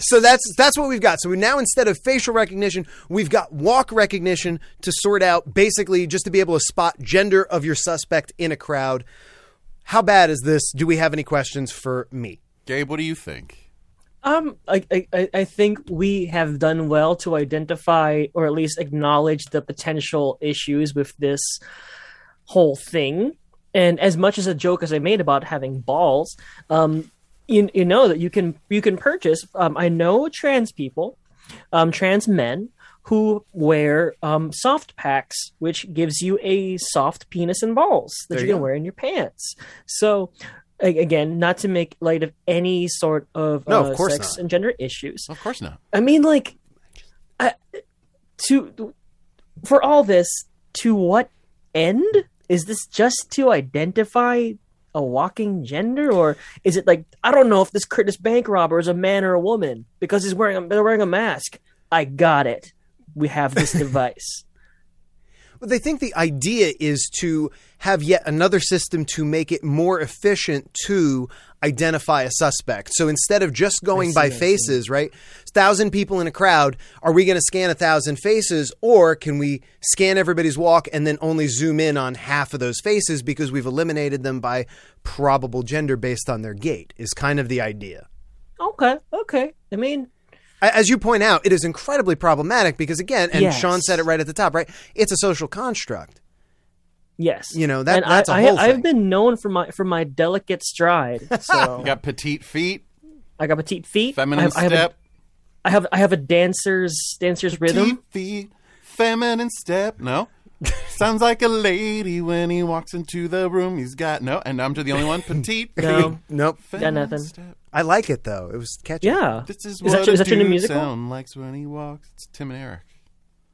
[SPEAKER 3] So that's that's what we've got. So we now instead of facial recognition, we've got walk recognition to sort out basically just to be able to spot gender of your suspect in a crowd. How bad is this? Do we have any questions for me?
[SPEAKER 1] Gabe, what do you think?
[SPEAKER 2] Um, I, I- I, I think we have done well to identify or at least acknowledge the potential issues with this whole thing. And as much as a joke as I made about having balls, um, you, you know that you can you can purchase. Um, I know trans people, um, trans men who wear um, soft packs, which gives you a soft penis and balls that
[SPEAKER 3] There
[SPEAKER 2] you
[SPEAKER 3] you
[SPEAKER 2] can
[SPEAKER 3] go.
[SPEAKER 2] wear in your pants. So a- again, not to make light of any sort of,
[SPEAKER 3] No, of
[SPEAKER 2] uh,
[SPEAKER 3] course
[SPEAKER 2] sex
[SPEAKER 3] not.
[SPEAKER 2] and gender issues.
[SPEAKER 1] Of course not.
[SPEAKER 2] I mean, like, I, to for all this, to what end is this? Just to identify a walking gender, or is it like I don't know if this Curtis bank robber is a man or a woman because he's wearing a, they're wearing a mask? I got it. We have
[SPEAKER 3] (laughs)
[SPEAKER 2] this device.
[SPEAKER 3] Well, they think the idea is to have yet another system to make it more efficient to identify a suspect. So instead of just going by faces, right? Thousand people in a crowd, are we going to scan a thousand faces, or can we scan everybody's walk and then only zoom in on half of those faces because we've eliminated them by probable gender based on their gait? Is kind of the idea.
[SPEAKER 2] okay, okay. I mean,
[SPEAKER 3] A- As you point out, it is incredibly problematic because, again, and
[SPEAKER 2] Yes.
[SPEAKER 3] Sean said it right at the top, right? It's a social construct.
[SPEAKER 2] yes,
[SPEAKER 3] You know, that-
[SPEAKER 2] And
[SPEAKER 3] that's a
[SPEAKER 2] I,
[SPEAKER 3] whole
[SPEAKER 2] I,
[SPEAKER 3] thing.
[SPEAKER 2] I've been known for my for my delicate
[SPEAKER 3] (laughs)
[SPEAKER 2] stride. So
[SPEAKER 1] You got petite feet,
[SPEAKER 2] I got petite feet. I
[SPEAKER 1] feminine
[SPEAKER 2] have, I have a-
[SPEAKER 1] step,
[SPEAKER 2] I have I have a dancer's dancer's
[SPEAKER 1] petite
[SPEAKER 2] rhythm.
[SPEAKER 1] feet, feminine step. No. Sounds like a lady when he walks into the room. He's got no, and I'm just the only one. Petite.
[SPEAKER 2] (laughs) No,
[SPEAKER 3] Nope.
[SPEAKER 1] feminine
[SPEAKER 2] nothing.
[SPEAKER 1] step.
[SPEAKER 3] I like it though. It was catchy.
[SPEAKER 2] yeah.
[SPEAKER 1] This is,
[SPEAKER 2] Is
[SPEAKER 1] what
[SPEAKER 2] that your- is
[SPEAKER 1] a
[SPEAKER 2] that your new
[SPEAKER 1] dude
[SPEAKER 2] musical?
[SPEAKER 1] sound likes when he walks. It's Tim and Eric.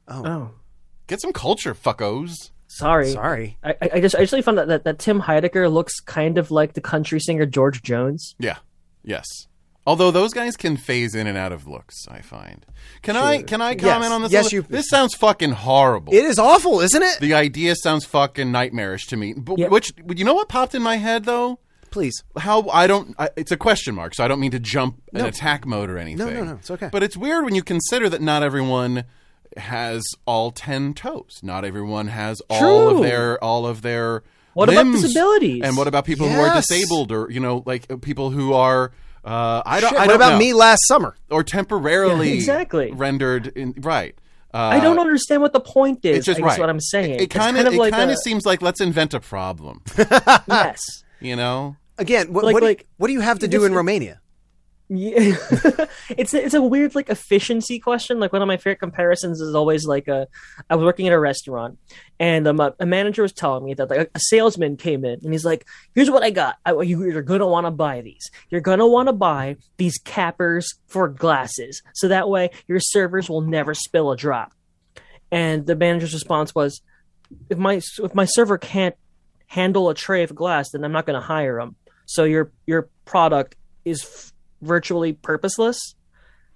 [SPEAKER 2] Oh,
[SPEAKER 1] Get some culture, fuckos.
[SPEAKER 2] sorry.
[SPEAKER 3] Sorry.
[SPEAKER 2] I, I I just I actually found out that, that Tim Heidecker looks kind of like the country singer George Jones.
[SPEAKER 1] Yeah. Yes. Although those guys can phase in and out of looks, I find. Can I can I comment on this?
[SPEAKER 3] Yes,
[SPEAKER 1] a little-
[SPEAKER 3] you-
[SPEAKER 1] This sounds fucking horrible.
[SPEAKER 3] It is awful, isn't it?
[SPEAKER 1] the idea sounds fucking nightmarish to me. But
[SPEAKER 2] Yeah.
[SPEAKER 1] which you know what popped in my head though?
[SPEAKER 3] Please.
[SPEAKER 1] How I don't. I, it's a question mark, so I don't mean to jump an attack mode or anything.
[SPEAKER 3] no, it's okay.
[SPEAKER 1] But it's weird when you consider that not everyone has all ten toes. Not everyone has all of
[SPEAKER 2] True.
[SPEAKER 1] their all of their.
[SPEAKER 2] What about
[SPEAKER 1] limbs.
[SPEAKER 2] disabilities?
[SPEAKER 1] And what about people who are
[SPEAKER 3] Yes.
[SPEAKER 1] disabled or you know like uh, people who are. Uh, I don't.
[SPEAKER 3] Shit,
[SPEAKER 1] I
[SPEAKER 3] what
[SPEAKER 1] don't
[SPEAKER 3] about
[SPEAKER 1] know.
[SPEAKER 3] me last summer?
[SPEAKER 1] Or temporarily
[SPEAKER 2] Yeah, exactly.
[SPEAKER 1] rendered in right. Uh,
[SPEAKER 2] I don't understand what the point is.
[SPEAKER 1] It's just
[SPEAKER 2] I
[SPEAKER 1] right.
[SPEAKER 2] guess what I'm saying.
[SPEAKER 1] It
[SPEAKER 2] It's
[SPEAKER 1] kind of it
[SPEAKER 2] like
[SPEAKER 1] kind
[SPEAKER 2] a-
[SPEAKER 1] of seems like let's invent a problem.
[SPEAKER 2] yes.
[SPEAKER 1] You know.
[SPEAKER 3] Again, what,
[SPEAKER 2] Like-
[SPEAKER 3] what, do you-
[SPEAKER 2] like-
[SPEAKER 3] what do you have to do
[SPEAKER 2] this-
[SPEAKER 3] in
[SPEAKER 2] (laughs)
[SPEAKER 3] Romania?
[SPEAKER 2] Yeah. (laughs) it's a- it's a weird like efficiency question. Like one of my favorite comparisons is always like a I was working at a restaurant and um, a, a manager was telling me that like a salesman came in and he's like, "Here's what I got. I, you, you're gonna want to buy these. You're gonna want to buy these cappers for glasses, so that way your servers will never spill a drop." And the manager's response was, "If my if my server can't handle a tray of glass, then I'm not going to hire them. So your your product is f- virtually purposeless.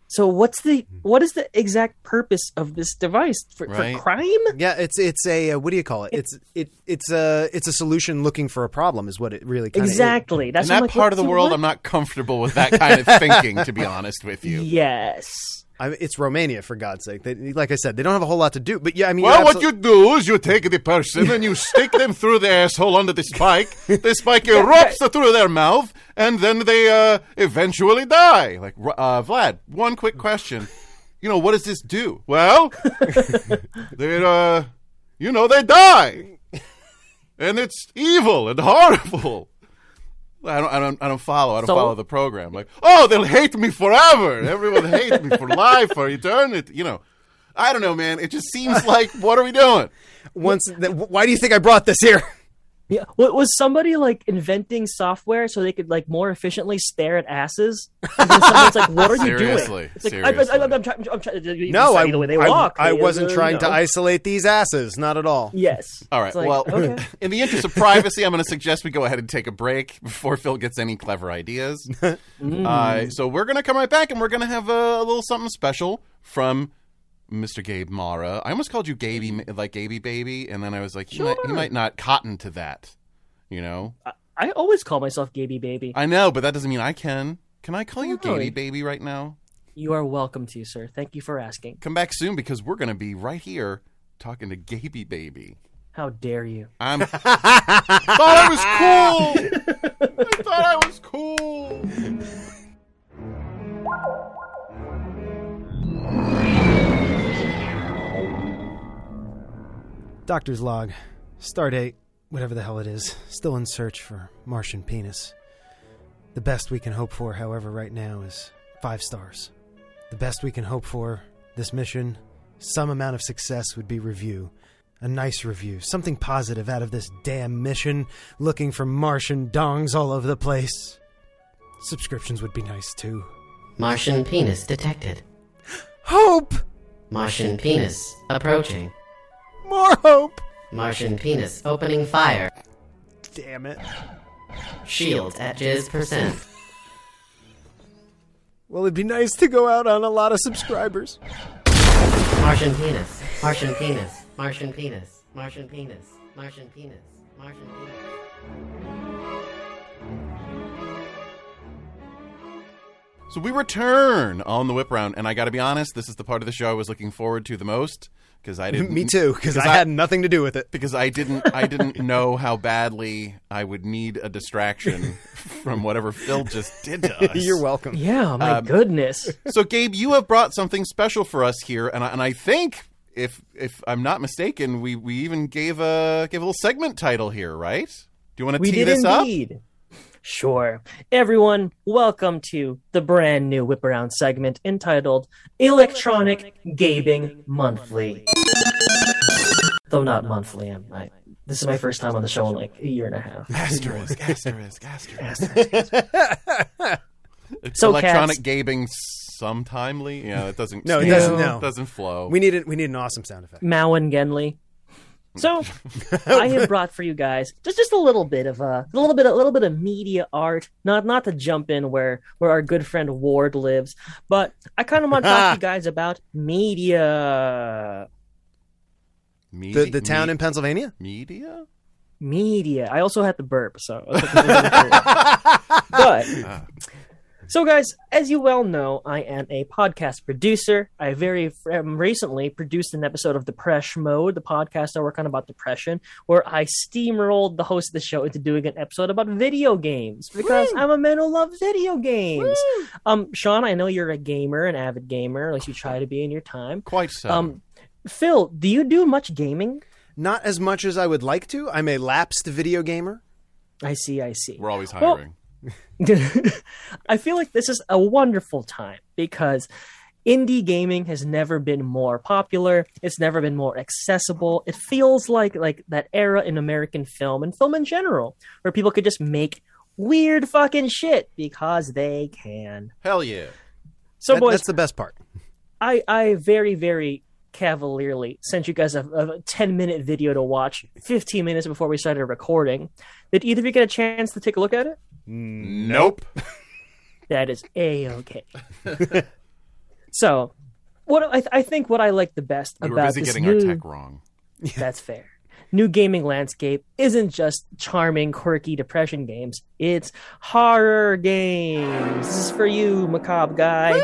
[SPEAKER 2] So what's the what is the exact purpose of this device for,
[SPEAKER 1] Right.
[SPEAKER 2] for crime?
[SPEAKER 3] Yeah, it's it's a uh, what do you call it? It's it it's a it's a solution looking for a problem is what it really kind of
[SPEAKER 2] Exactly. That's
[SPEAKER 1] in
[SPEAKER 2] what
[SPEAKER 1] that
[SPEAKER 2] I'm like,
[SPEAKER 1] part of the
[SPEAKER 2] what-
[SPEAKER 1] world,
[SPEAKER 2] what?
[SPEAKER 1] I'm not comfortable with that kind of thinking, to
[SPEAKER 2] (laughs)
[SPEAKER 1] be honest with you.
[SPEAKER 2] Yes.
[SPEAKER 3] I mean, it's Romania for God's sake. They, like I said, they don't have a whole lot to do. But yeah, I mean,
[SPEAKER 1] Well,
[SPEAKER 3] you're
[SPEAKER 1] what
[SPEAKER 3] absol-
[SPEAKER 1] you do is you take the person and you stick them through the asshole under the spike. The
[SPEAKER 2] (laughs)
[SPEAKER 1] spike erupts through their mouth, and then they uh, eventually die. Like uh, Vlad, one quick question: You know what does this do?
[SPEAKER 2] (laughs)
[SPEAKER 1] Well, they, uh, you know, they die, and it's evil and horrible. I don't, I don't, I don't follow. I don't
[SPEAKER 2] So-
[SPEAKER 1] follow the program. Like, oh, they'll hate me forever. Everyone hate me for life, for eternity. You know, I don't know, man. It just seems like, what are we doing?
[SPEAKER 3] once. That, why do you think I brought this here?
[SPEAKER 2] Yeah, what was somebody like inventing software so they could like more efficiently stare at asses? And then someone's like, "What are you
[SPEAKER 1] Seriously,
[SPEAKER 2] doing?" It's like, I, I, I, I'm, trying. I'm trying. you
[SPEAKER 3] No, I,
[SPEAKER 2] said the way they
[SPEAKER 3] I-
[SPEAKER 2] walk.
[SPEAKER 3] I
[SPEAKER 2] They-
[SPEAKER 3] wasn't
[SPEAKER 2] uh,
[SPEAKER 3] trying
[SPEAKER 2] no.
[SPEAKER 3] to isolate these asses, not
[SPEAKER 2] (laughs)
[SPEAKER 3] at all.
[SPEAKER 2] Yes.
[SPEAKER 1] All right.
[SPEAKER 2] It's like, oh,
[SPEAKER 1] well,
[SPEAKER 2] okay.
[SPEAKER 1] (laughs) in the interest of privacy, I'm going to suggest we go ahead and take a break before Phil gets any clever ideas.
[SPEAKER 2] mm.
[SPEAKER 1] Uh, so we're going to come right back, and we're going to have a, a little something special from Mr. Gabe Mara. I almost called you Gaby, like Gaby Baby, and then I was like, he, might, he
[SPEAKER 2] Sure.
[SPEAKER 1] might not cotton to that. You know,
[SPEAKER 2] I always call myself Gaby Baby.
[SPEAKER 1] I know, but that doesn't mean I can. Can I call you
[SPEAKER 2] Really?
[SPEAKER 1] Gaby Baby right now?
[SPEAKER 2] You are welcome to, sir. Thank you for asking.
[SPEAKER 1] Come back soon because we're going to be right here talking to Gaby Baby.
[SPEAKER 2] How dare you?
[SPEAKER 1] I'm. (laughs) I thought I was cool. I thought I was cool.
[SPEAKER 3] Doctor's log, Stardate, whatever the hell it is, still in search for Martian penis. The best we can hope for, however, right now is five stars. The best we can hope for this mission, some amount of success would be review. A nice review, something positive out of this damn mission, looking for Martian dongs all over the place. Subscriptions would be nice too.
[SPEAKER 4] Martian penis detected.
[SPEAKER 3] Hope!
[SPEAKER 4] Martian penis approaching.
[SPEAKER 3] More hope!
[SPEAKER 4] Martian penis opening fire.
[SPEAKER 3] Damn it.
[SPEAKER 4] Shield at jizz percent.
[SPEAKER 3] Well, it'd be nice to go out on a lot of subscribers.
[SPEAKER 4] Martian penis. Martian penis. Martian penis. Martian penis. Martian penis. Martian penis.
[SPEAKER 1] So we return on the whip round, and I got to be honest, this is the part of the show I was looking forward to the most because I didn't.
[SPEAKER 3] (laughs) Me too, because I, had nothing to do with it.
[SPEAKER 1] because I didn't I didn't (laughs) know how badly I would need a
[SPEAKER 3] (laughs)
[SPEAKER 1] distraction from whatever Phil just did to us.
[SPEAKER 3] You're welcome. (laughs)
[SPEAKER 2] Yeah, my goodness.
[SPEAKER 1] So Gabe, you have brought something special for us here, and I, and I think if if I'm not mistaken, we we even gave a gave a little segment title here, right? Do you want to
[SPEAKER 2] We
[SPEAKER 1] tee
[SPEAKER 2] did
[SPEAKER 1] this up?
[SPEAKER 2] indeed. Sure. Everyone, welcome to the brand new Whip Around segment entitled Electronic Gaming Monthly. Though not monthly, I'm, I, this is my first time on the show in like a year and a
[SPEAKER 1] (laughs)
[SPEAKER 2] half.
[SPEAKER 3] (laughs)
[SPEAKER 1] Asterisk, asterisk, asterisk.
[SPEAKER 2] So,
[SPEAKER 1] Electronic
[SPEAKER 2] cats-
[SPEAKER 1] gaming sometimely. Yeah, it doesn't.
[SPEAKER 3] No, it
[SPEAKER 1] stand.
[SPEAKER 3] doesn't, no.
[SPEAKER 1] doesn't flow.
[SPEAKER 3] We needed we need an awesome sound effect.
[SPEAKER 2] Mao and Genli.
[SPEAKER 1] (laughs)
[SPEAKER 2] So, I have brought for you guys just just a little bit of uh, a little bit a little bit of media art. Not not to jump in where where our good friend Ward lives, but I kind of want to
[SPEAKER 1] (laughs)
[SPEAKER 2] talk to you guys about media.
[SPEAKER 1] Me-
[SPEAKER 3] The, the
[SPEAKER 1] me-
[SPEAKER 3] town in (laughs) Pennsylvania?
[SPEAKER 1] media.
[SPEAKER 2] media. I also had the burp, so. (laughs) but
[SPEAKER 1] Ah,
[SPEAKER 2] so, guys, as you well know, I am a podcast producer. I very um, recently produced an episode of Depression Mode, the podcast I work on about depression, where I steamrolled the host of the show into doing an episode about video games because I'm a man who loves video games. Um, Sean, I know you're a gamer, an avid gamer, at least you try to be in your time.
[SPEAKER 1] Quite so.
[SPEAKER 2] Um, Phil, do you do much gaming?
[SPEAKER 3] Not as much as I would like to. I'm a lapsed video gamer.
[SPEAKER 2] I see, I see.
[SPEAKER 1] We're always hiring.
[SPEAKER 2] (laughs) I feel like this is a wonderful time because indie gaming has never been more popular. It's never been more accessible. It feels like like that era in American film and film in general where people could just make weird fucking shit because they can.
[SPEAKER 1] Hell yeah.
[SPEAKER 2] So
[SPEAKER 3] That-
[SPEAKER 2] boys,
[SPEAKER 3] that's the best part.
[SPEAKER 2] I I very very cavalierly sent you guys a, a 10 minute video to watch 15 minutes before we started recording. Did either of you get a chance to take a look at it?
[SPEAKER 1] Nope.
[SPEAKER 2] That is a okay. so, what I, I think what I like the best
[SPEAKER 1] We were
[SPEAKER 2] about
[SPEAKER 1] busy
[SPEAKER 2] this
[SPEAKER 1] getting
[SPEAKER 2] new
[SPEAKER 1] our tech wrong.
[SPEAKER 2] (laughs) that's fair new gaming landscape isn't just charming, quirky depression games. It's horror games. This is for you, macabre guy.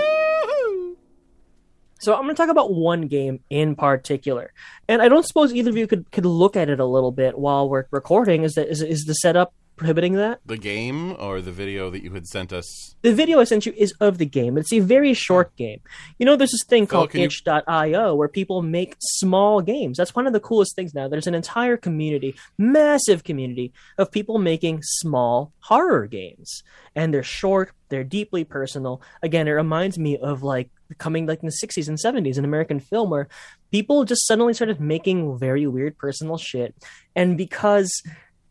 [SPEAKER 2] So I'm going to talk about one game in particular, and I don't suppose either of you could could look at it a little bit while we're recording. Is that is, is the setup prohibiting that?
[SPEAKER 1] The game or the video that you had sent us.
[SPEAKER 2] the video I sent you is of the game. It's a very short game. You know, there's this thing
[SPEAKER 1] Hmm. Phil,
[SPEAKER 2] called
[SPEAKER 1] can you-
[SPEAKER 2] itch.io where people make small games. That's one of the coolest things now. There's an entire community, massive community of people making small horror games. And they're short, they're deeply personal. Again, it reminds me of like coming like in the 60s and 70s in American film where people just suddenly started making very weird personal shit. And because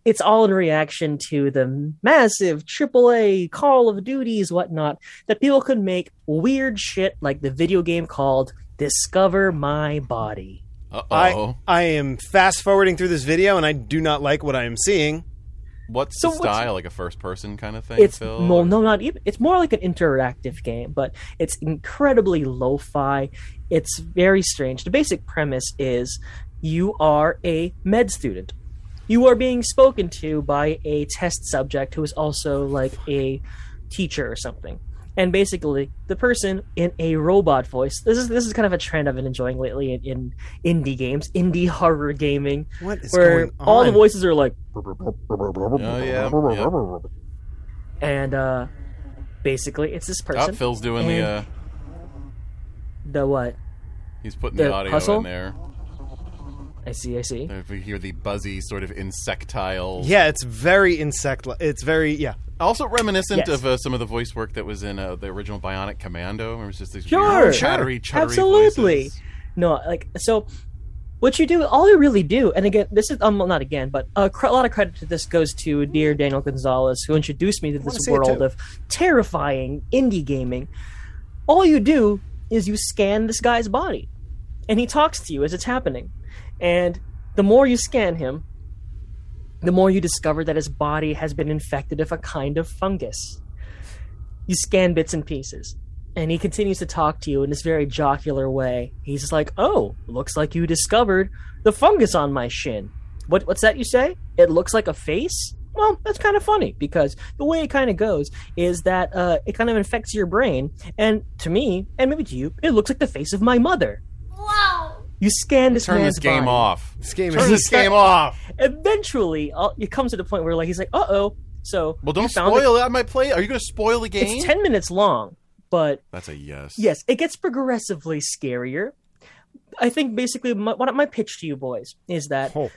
[SPEAKER 2] it's all in reaction to the massive AAA Call of Duties, whatnot, that people could make weird shit like the video game called Discover My Body.
[SPEAKER 1] Uh
[SPEAKER 3] I,
[SPEAKER 1] oh.
[SPEAKER 3] I am fast forwarding through this video and I do not like what I am seeing.
[SPEAKER 1] What's
[SPEAKER 2] So
[SPEAKER 1] the
[SPEAKER 2] what's-
[SPEAKER 1] style? Like a first person kind of thing?
[SPEAKER 2] It's
[SPEAKER 1] Phil?
[SPEAKER 2] well, no, not even. It's more like an interactive game, but it's incredibly lo-fi. It's very strange. The basic premise is you are a med student. You are being spoken to by a test subject who is also like a teacher or something. And basically, the person in a robot voice. This is this is kind of a trend I've been enjoying lately in, in indie games, indie horror gaming,
[SPEAKER 3] What is
[SPEAKER 2] where
[SPEAKER 3] going on?
[SPEAKER 2] all the voices are like
[SPEAKER 1] Oh, yeah. yeah.
[SPEAKER 2] and uh basically it's this
[SPEAKER 1] Oh,
[SPEAKER 2] person
[SPEAKER 1] Phil's doing the. Uh,
[SPEAKER 2] And- the what
[SPEAKER 1] he's putting the,
[SPEAKER 2] the
[SPEAKER 1] audio
[SPEAKER 2] hustle?
[SPEAKER 1] in there.
[SPEAKER 2] i see i see
[SPEAKER 1] If we hear the buzzy sort of insectile.
[SPEAKER 3] yeah, it's very insect. It's very yeah.
[SPEAKER 1] Also reminiscent
[SPEAKER 2] Yes.
[SPEAKER 1] of uh, some of the voice work that was in uh, the original Bionic Commando. Remember, it's just these
[SPEAKER 2] Sure.
[SPEAKER 1] weird, chattery, chattery
[SPEAKER 2] absolutely
[SPEAKER 1] voices.
[SPEAKER 2] no like so what you do all you really do and again this is um well, not again but a, cr- a lot of credit to this goes to dear daniel gonzalez who introduced me to
[SPEAKER 3] wanna
[SPEAKER 2] this
[SPEAKER 3] see it
[SPEAKER 2] world
[SPEAKER 3] too.
[SPEAKER 2] of terrifying indie gaming all you do is you scan this guy's body and he talks to you as it's happening and the more you scan him the more you discover that his body has been infected of a kind of fungus. You scan bits and pieces, and he continues to talk to you in this very jocular way. He's just like, "Oh, looks like you discovered the fungus on my shin. What, what's that you say? It looks like a face." Well, that's kind of funny because the way it kind of goes is that uh, it kind of infects your brain, and to me, and maybe to you, it looks like the face of my mother.
[SPEAKER 5] Wow.
[SPEAKER 2] You scan this
[SPEAKER 1] Turn this
[SPEAKER 2] man's
[SPEAKER 1] game
[SPEAKER 2] body.
[SPEAKER 1] off.
[SPEAKER 3] This game
[SPEAKER 1] Turn
[SPEAKER 3] is
[SPEAKER 1] this game off.
[SPEAKER 2] Eventually, uh, it comes to the point where like he's like, "Uh oh." So
[SPEAKER 1] Well, don't
[SPEAKER 2] you found it-
[SPEAKER 1] spoil it. I might play. Are you going to spoil the game?
[SPEAKER 2] It's 10 minutes long, but
[SPEAKER 1] That's a yes.
[SPEAKER 2] yes, it gets progressively scarier. I think basically my, what my pitch to you boys is that
[SPEAKER 3] (laughs) Oh.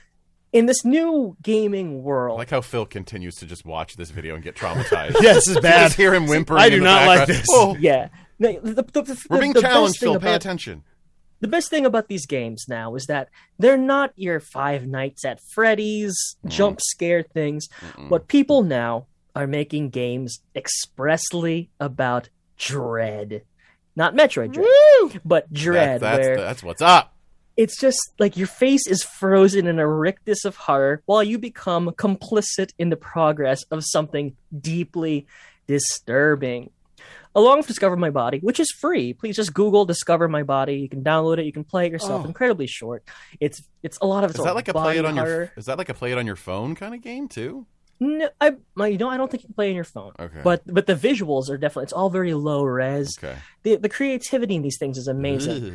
[SPEAKER 2] in this new gaming
[SPEAKER 1] I
[SPEAKER 2] world,
[SPEAKER 1] like how Phil continues to just watch this video and get
[SPEAKER 3] (laughs)
[SPEAKER 1] traumatized.
[SPEAKER 3] Yeah, this is
[SPEAKER 1] You
[SPEAKER 3] bad.
[SPEAKER 1] just hear him whimpering.
[SPEAKER 3] I do
[SPEAKER 1] in the
[SPEAKER 3] not like
[SPEAKER 1] background.
[SPEAKER 3] this.
[SPEAKER 1] Oh,
[SPEAKER 2] yeah, No, the, the- the-
[SPEAKER 1] we're
[SPEAKER 2] the-
[SPEAKER 1] being
[SPEAKER 2] the best
[SPEAKER 1] challenged,
[SPEAKER 2] thing
[SPEAKER 1] Phil. Pay
[SPEAKER 2] about-
[SPEAKER 1] attention.
[SPEAKER 2] the best thing about these games now is that they're not your Five Nights at Freddy's
[SPEAKER 1] Mm.
[SPEAKER 2] jump scare things.
[SPEAKER 1] Hmm.
[SPEAKER 2] What people now are making games expressly about dread, not Metroid Dread, but dread.
[SPEAKER 1] That's, that's,
[SPEAKER 2] where
[SPEAKER 1] that's what's up.
[SPEAKER 2] it's just like your face is frozen in a rictus of horror while you become complicit in the progress of something deeply disturbing. Along with Discover My Body, which is free, please just Google Discover My Body. You can download it. You can play it yourself.
[SPEAKER 3] Oh.
[SPEAKER 2] Incredibly short. It's it's a lot of it's
[SPEAKER 1] Is that like a play
[SPEAKER 2] body
[SPEAKER 1] it on your?
[SPEAKER 2] horror.
[SPEAKER 1] Is that like a play it on your phone kind of game too?
[SPEAKER 2] No, I my- you know I don't think you can play it on your phone.
[SPEAKER 1] Okay.
[SPEAKER 2] But but the visuals are definitely it's all very low res.
[SPEAKER 1] Okay.
[SPEAKER 2] The the creativity in these things is amazing.
[SPEAKER 1] Ugh.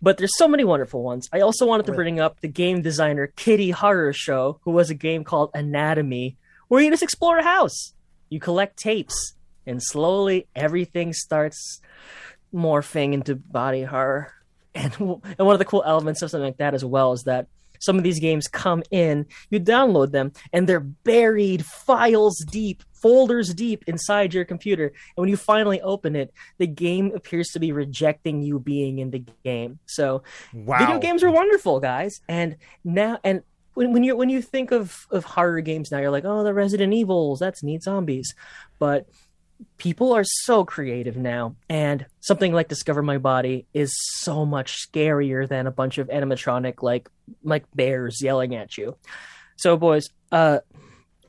[SPEAKER 2] but there's so many wonderful ones. I also wanted to bring up the game designer Kitty Horror Show, who was a game called Anatomy, where you just explore a house. You collect tapes, and slowly everything starts morphing into body horror. (laughs) And, w- and one of the cool elements of something like that as well is that some of these games come in, you download them, and they're buried files deep, folders deep inside your computer. And when you finally open it, the game appears to be rejecting you being in the game. So
[SPEAKER 3] Wow.
[SPEAKER 2] video games are wonderful, guys. And now and when, when you when you think of of horror games now, you're like, oh, the Resident Evils, that's neat zombies. But people are so creative now, and something like Discover My Body is so much scarier than a bunch of animatronic like like bears yelling at you. So, boys, uh,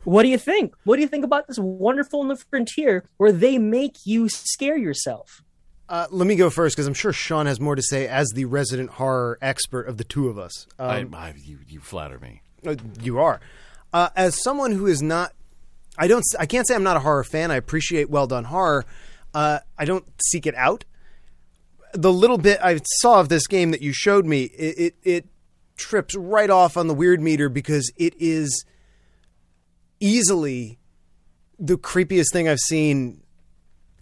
[SPEAKER 2] what do you think? What do you think about this wonderful new frontier where they make you scare yourself?
[SPEAKER 3] Uh, let me go first because I'm sure Sean has more to say as the resident horror expert of the two of us. Um,
[SPEAKER 1] I, I, you, you flatter me.
[SPEAKER 3] Uh, You are. Uh, as someone who is not, I don't, I can't say I'm not a horror fan. I appreciate well done horror. Uh, I don't seek it out. The little bit I saw of this game that you showed me, it, it it trips right off on the weird meter because it is easily the creepiest thing I've seen.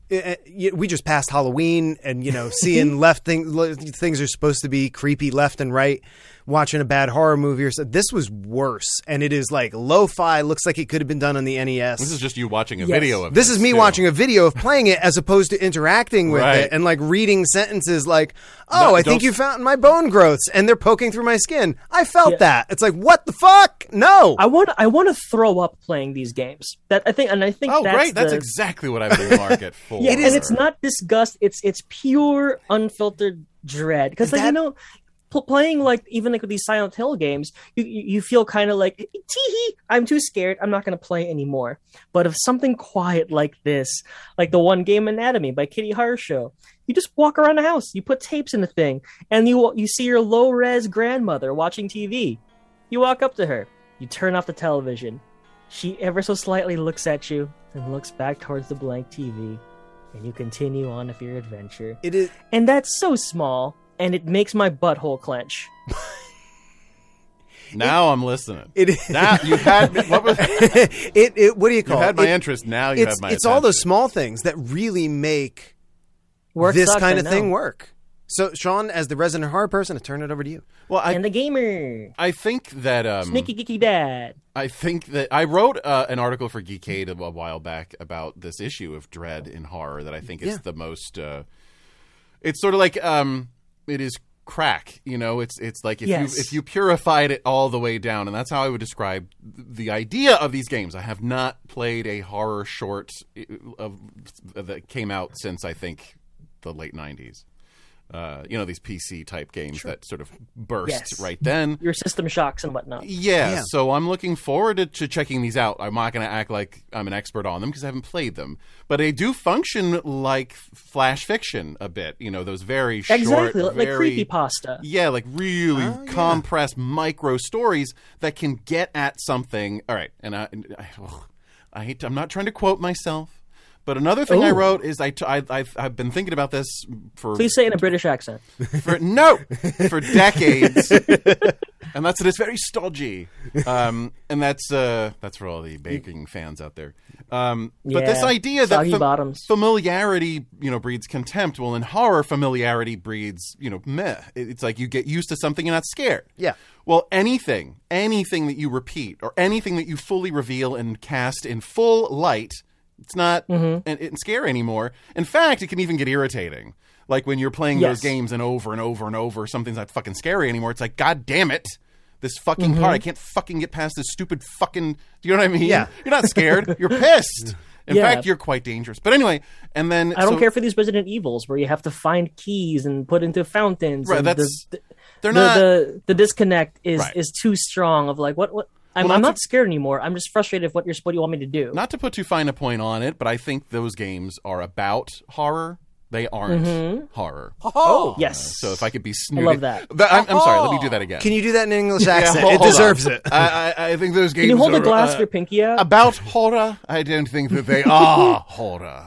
[SPEAKER 3] Eh, eh, We just passed Halloween, and you know, seeing left thing, things are supposed to be creepy left and right. watching a bad horror movie or something. This was worse, and it is like lo-fi. Looks like it could have been done on the E NES.
[SPEAKER 1] This is just you watching a
[SPEAKER 2] Yes.
[SPEAKER 1] video of
[SPEAKER 3] This is me
[SPEAKER 1] too.
[SPEAKER 3] watching a video of playing it as opposed to interacting with
[SPEAKER 1] Right.
[SPEAKER 3] it and like reading sentences like, "Oh,
[SPEAKER 1] No,
[SPEAKER 3] I think
[SPEAKER 1] don't-
[SPEAKER 3] you found my bone growths and they're poking through my skin." I felt
[SPEAKER 2] Yeah.
[SPEAKER 3] that. It's like, "What the fuck? No."
[SPEAKER 1] Oh.
[SPEAKER 2] I want I want to throw up playing these games. That I think, and I think
[SPEAKER 1] Oh,
[SPEAKER 2] that's
[SPEAKER 1] right. That's
[SPEAKER 2] the-
[SPEAKER 1] exactly what I've been
[SPEAKER 2] (laughs)
[SPEAKER 1] market for.
[SPEAKER 2] yeah, and it's not disgust. It's it's pure unfiltered dread because like,
[SPEAKER 3] That-
[SPEAKER 2] you know. pl- Playing like even like with these Silent Hill games, you you, you feel kind of like tee I'm too scared. I'm not going to play anymore. But if something quiet like this, like the one game Anatomy by Kitty Harshow, you just walk around the house, you put tapes in the thing, and you you see your low res grandmother watching TV. You walk up to her, you turn off the television. She ever so slightly looks at you and looks back towards the blank TV, and you continue on with your adventure.
[SPEAKER 3] It is
[SPEAKER 2] And that's so small, and it makes my butthole clench.
[SPEAKER 1] Now I'm
[SPEAKER 2] (laughs)
[SPEAKER 1] listening.
[SPEAKER 3] it is
[SPEAKER 1] Now you had me. What was, you
[SPEAKER 3] (laughs) it, it what do you call it?
[SPEAKER 1] had my
[SPEAKER 3] It-
[SPEAKER 1] interest. Now you
[SPEAKER 3] it's
[SPEAKER 1] have my.
[SPEAKER 3] it's all those
[SPEAKER 1] attention.
[SPEAKER 3] small things that really make
[SPEAKER 2] Work
[SPEAKER 3] this
[SPEAKER 2] sucks,
[SPEAKER 3] kind
[SPEAKER 2] I
[SPEAKER 3] of thing
[SPEAKER 2] know.
[SPEAKER 3] work. So, Sean, as the resident horror person, I turn it over to you.
[SPEAKER 1] Well, I
[SPEAKER 2] and the gamer,
[SPEAKER 1] I think that um,
[SPEAKER 2] sneaky geeky dad.
[SPEAKER 1] I think that I wrote uh, an article for Geekade a, a while back about this issue of dread in horror that I think is
[SPEAKER 3] Yeah.
[SPEAKER 1] the most. Uh, it's sort of like um, it is crack. You know, it's it's like if
[SPEAKER 2] Yes.
[SPEAKER 1] you if you purified it all the way down, and that's how I would describe th- the idea of these games. I have not played a horror short uh, of, that came out since I think the late '90s. Uh, you know these PC type games that sort of burst
[SPEAKER 2] Yes.
[SPEAKER 1] right then.
[SPEAKER 2] Your system shocks and whatnot.
[SPEAKER 1] Yeah,
[SPEAKER 3] Yeah.
[SPEAKER 1] so I'm looking forward to, to checking these out. I'm not going to act like I'm an expert on them because I haven't played them, but they do function like flash fiction a bit. You know, those very short,
[SPEAKER 2] exactly, like
[SPEAKER 1] very
[SPEAKER 2] creepy pasta.
[SPEAKER 1] yeah, like really
[SPEAKER 3] Oh, yeah.
[SPEAKER 1] compressed micro stories that can get at something. All right, and I, and I, ugh, I hate. To, I'm not trying to quote myself, but another thing I
[SPEAKER 2] Ooh.
[SPEAKER 1] wrote is I, t- I I've, I've been thinking about this for
[SPEAKER 2] Please say it in a British accent.
[SPEAKER 1] for no for decades and that's that it's very stodgy um, and that's uh, that's for all the baking fans out there um, but this
[SPEAKER 2] Yeah,
[SPEAKER 1] idea that
[SPEAKER 2] soggy bottoms.
[SPEAKER 1] familiarity you know breeds contempt well in horror familiarity breeds you know meh It- it's like you get used to something and not scared
[SPEAKER 3] Yeah.
[SPEAKER 1] well anything anything that you repeat or anything that you fully reveal and cast in full light it's not
[SPEAKER 2] Mm-hmm.
[SPEAKER 1] and, and scary anymore. In fact, it can even get irritating. Like when you're playing those
[SPEAKER 2] Yes.
[SPEAKER 1] games and over and over and over, something's not fucking scary anymore. It's like, God damn it. This fucking part, I
[SPEAKER 2] Mm-hmm.
[SPEAKER 1] can't fucking get past this stupid fucking. Do you know what I mean?
[SPEAKER 3] Yeah.
[SPEAKER 1] (laughs) You're not scared. you're
[SPEAKER 2] (laughs)
[SPEAKER 1] pissed. In
[SPEAKER 2] Yeah.
[SPEAKER 1] fact, you're quite dangerous. But anyway, and then.
[SPEAKER 2] I don't
[SPEAKER 1] so-
[SPEAKER 2] care for these Resident Evils where you have to find keys and put into fountains.
[SPEAKER 1] Right,
[SPEAKER 2] and the-
[SPEAKER 1] that's-
[SPEAKER 2] the,
[SPEAKER 1] They're
[SPEAKER 2] the,
[SPEAKER 1] not.
[SPEAKER 2] the the disconnect is
[SPEAKER 1] Right.
[SPEAKER 2] is too strong. Of like what what I'm,
[SPEAKER 1] Well,
[SPEAKER 2] I'm
[SPEAKER 1] not
[SPEAKER 2] not scared anymore. I'm just frustrated with what you're what you want me to do.
[SPEAKER 1] not to put too fine a point on it, but I think those games are about horror. They aren't
[SPEAKER 3] (laughs)
[SPEAKER 1] horror.
[SPEAKER 3] Oh,
[SPEAKER 2] yes.
[SPEAKER 1] So if I could be snooty.
[SPEAKER 2] Mm-hmm. love that.
[SPEAKER 1] Th- I'm, I'm sorry. Let me do that again.
[SPEAKER 3] Can you do that in an
[SPEAKER 1] (laughs)
[SPEAKER 3] English
[SPEAKER 1] Yeah,
[SPEAKER 3] accent?
[SPEAKER 1] hold-
[SPEAKER 3] it
[SPEAKER 1] hold on.
[SPEAKER 3] deserves it.
[SPEAKER 1] I, I, I think those games.
[SPEAKER 2] Can you hold
[SPEAKER 1] are,
[SPEAKER 2] a glass
[SPEAKER 1] uh,
[SPEAKER 2] of your pinky out?
[SPEAKER 1] About horror, I don't think that
[SPEAKER 2] (laughs)
[SPEAKER 1] they are horror.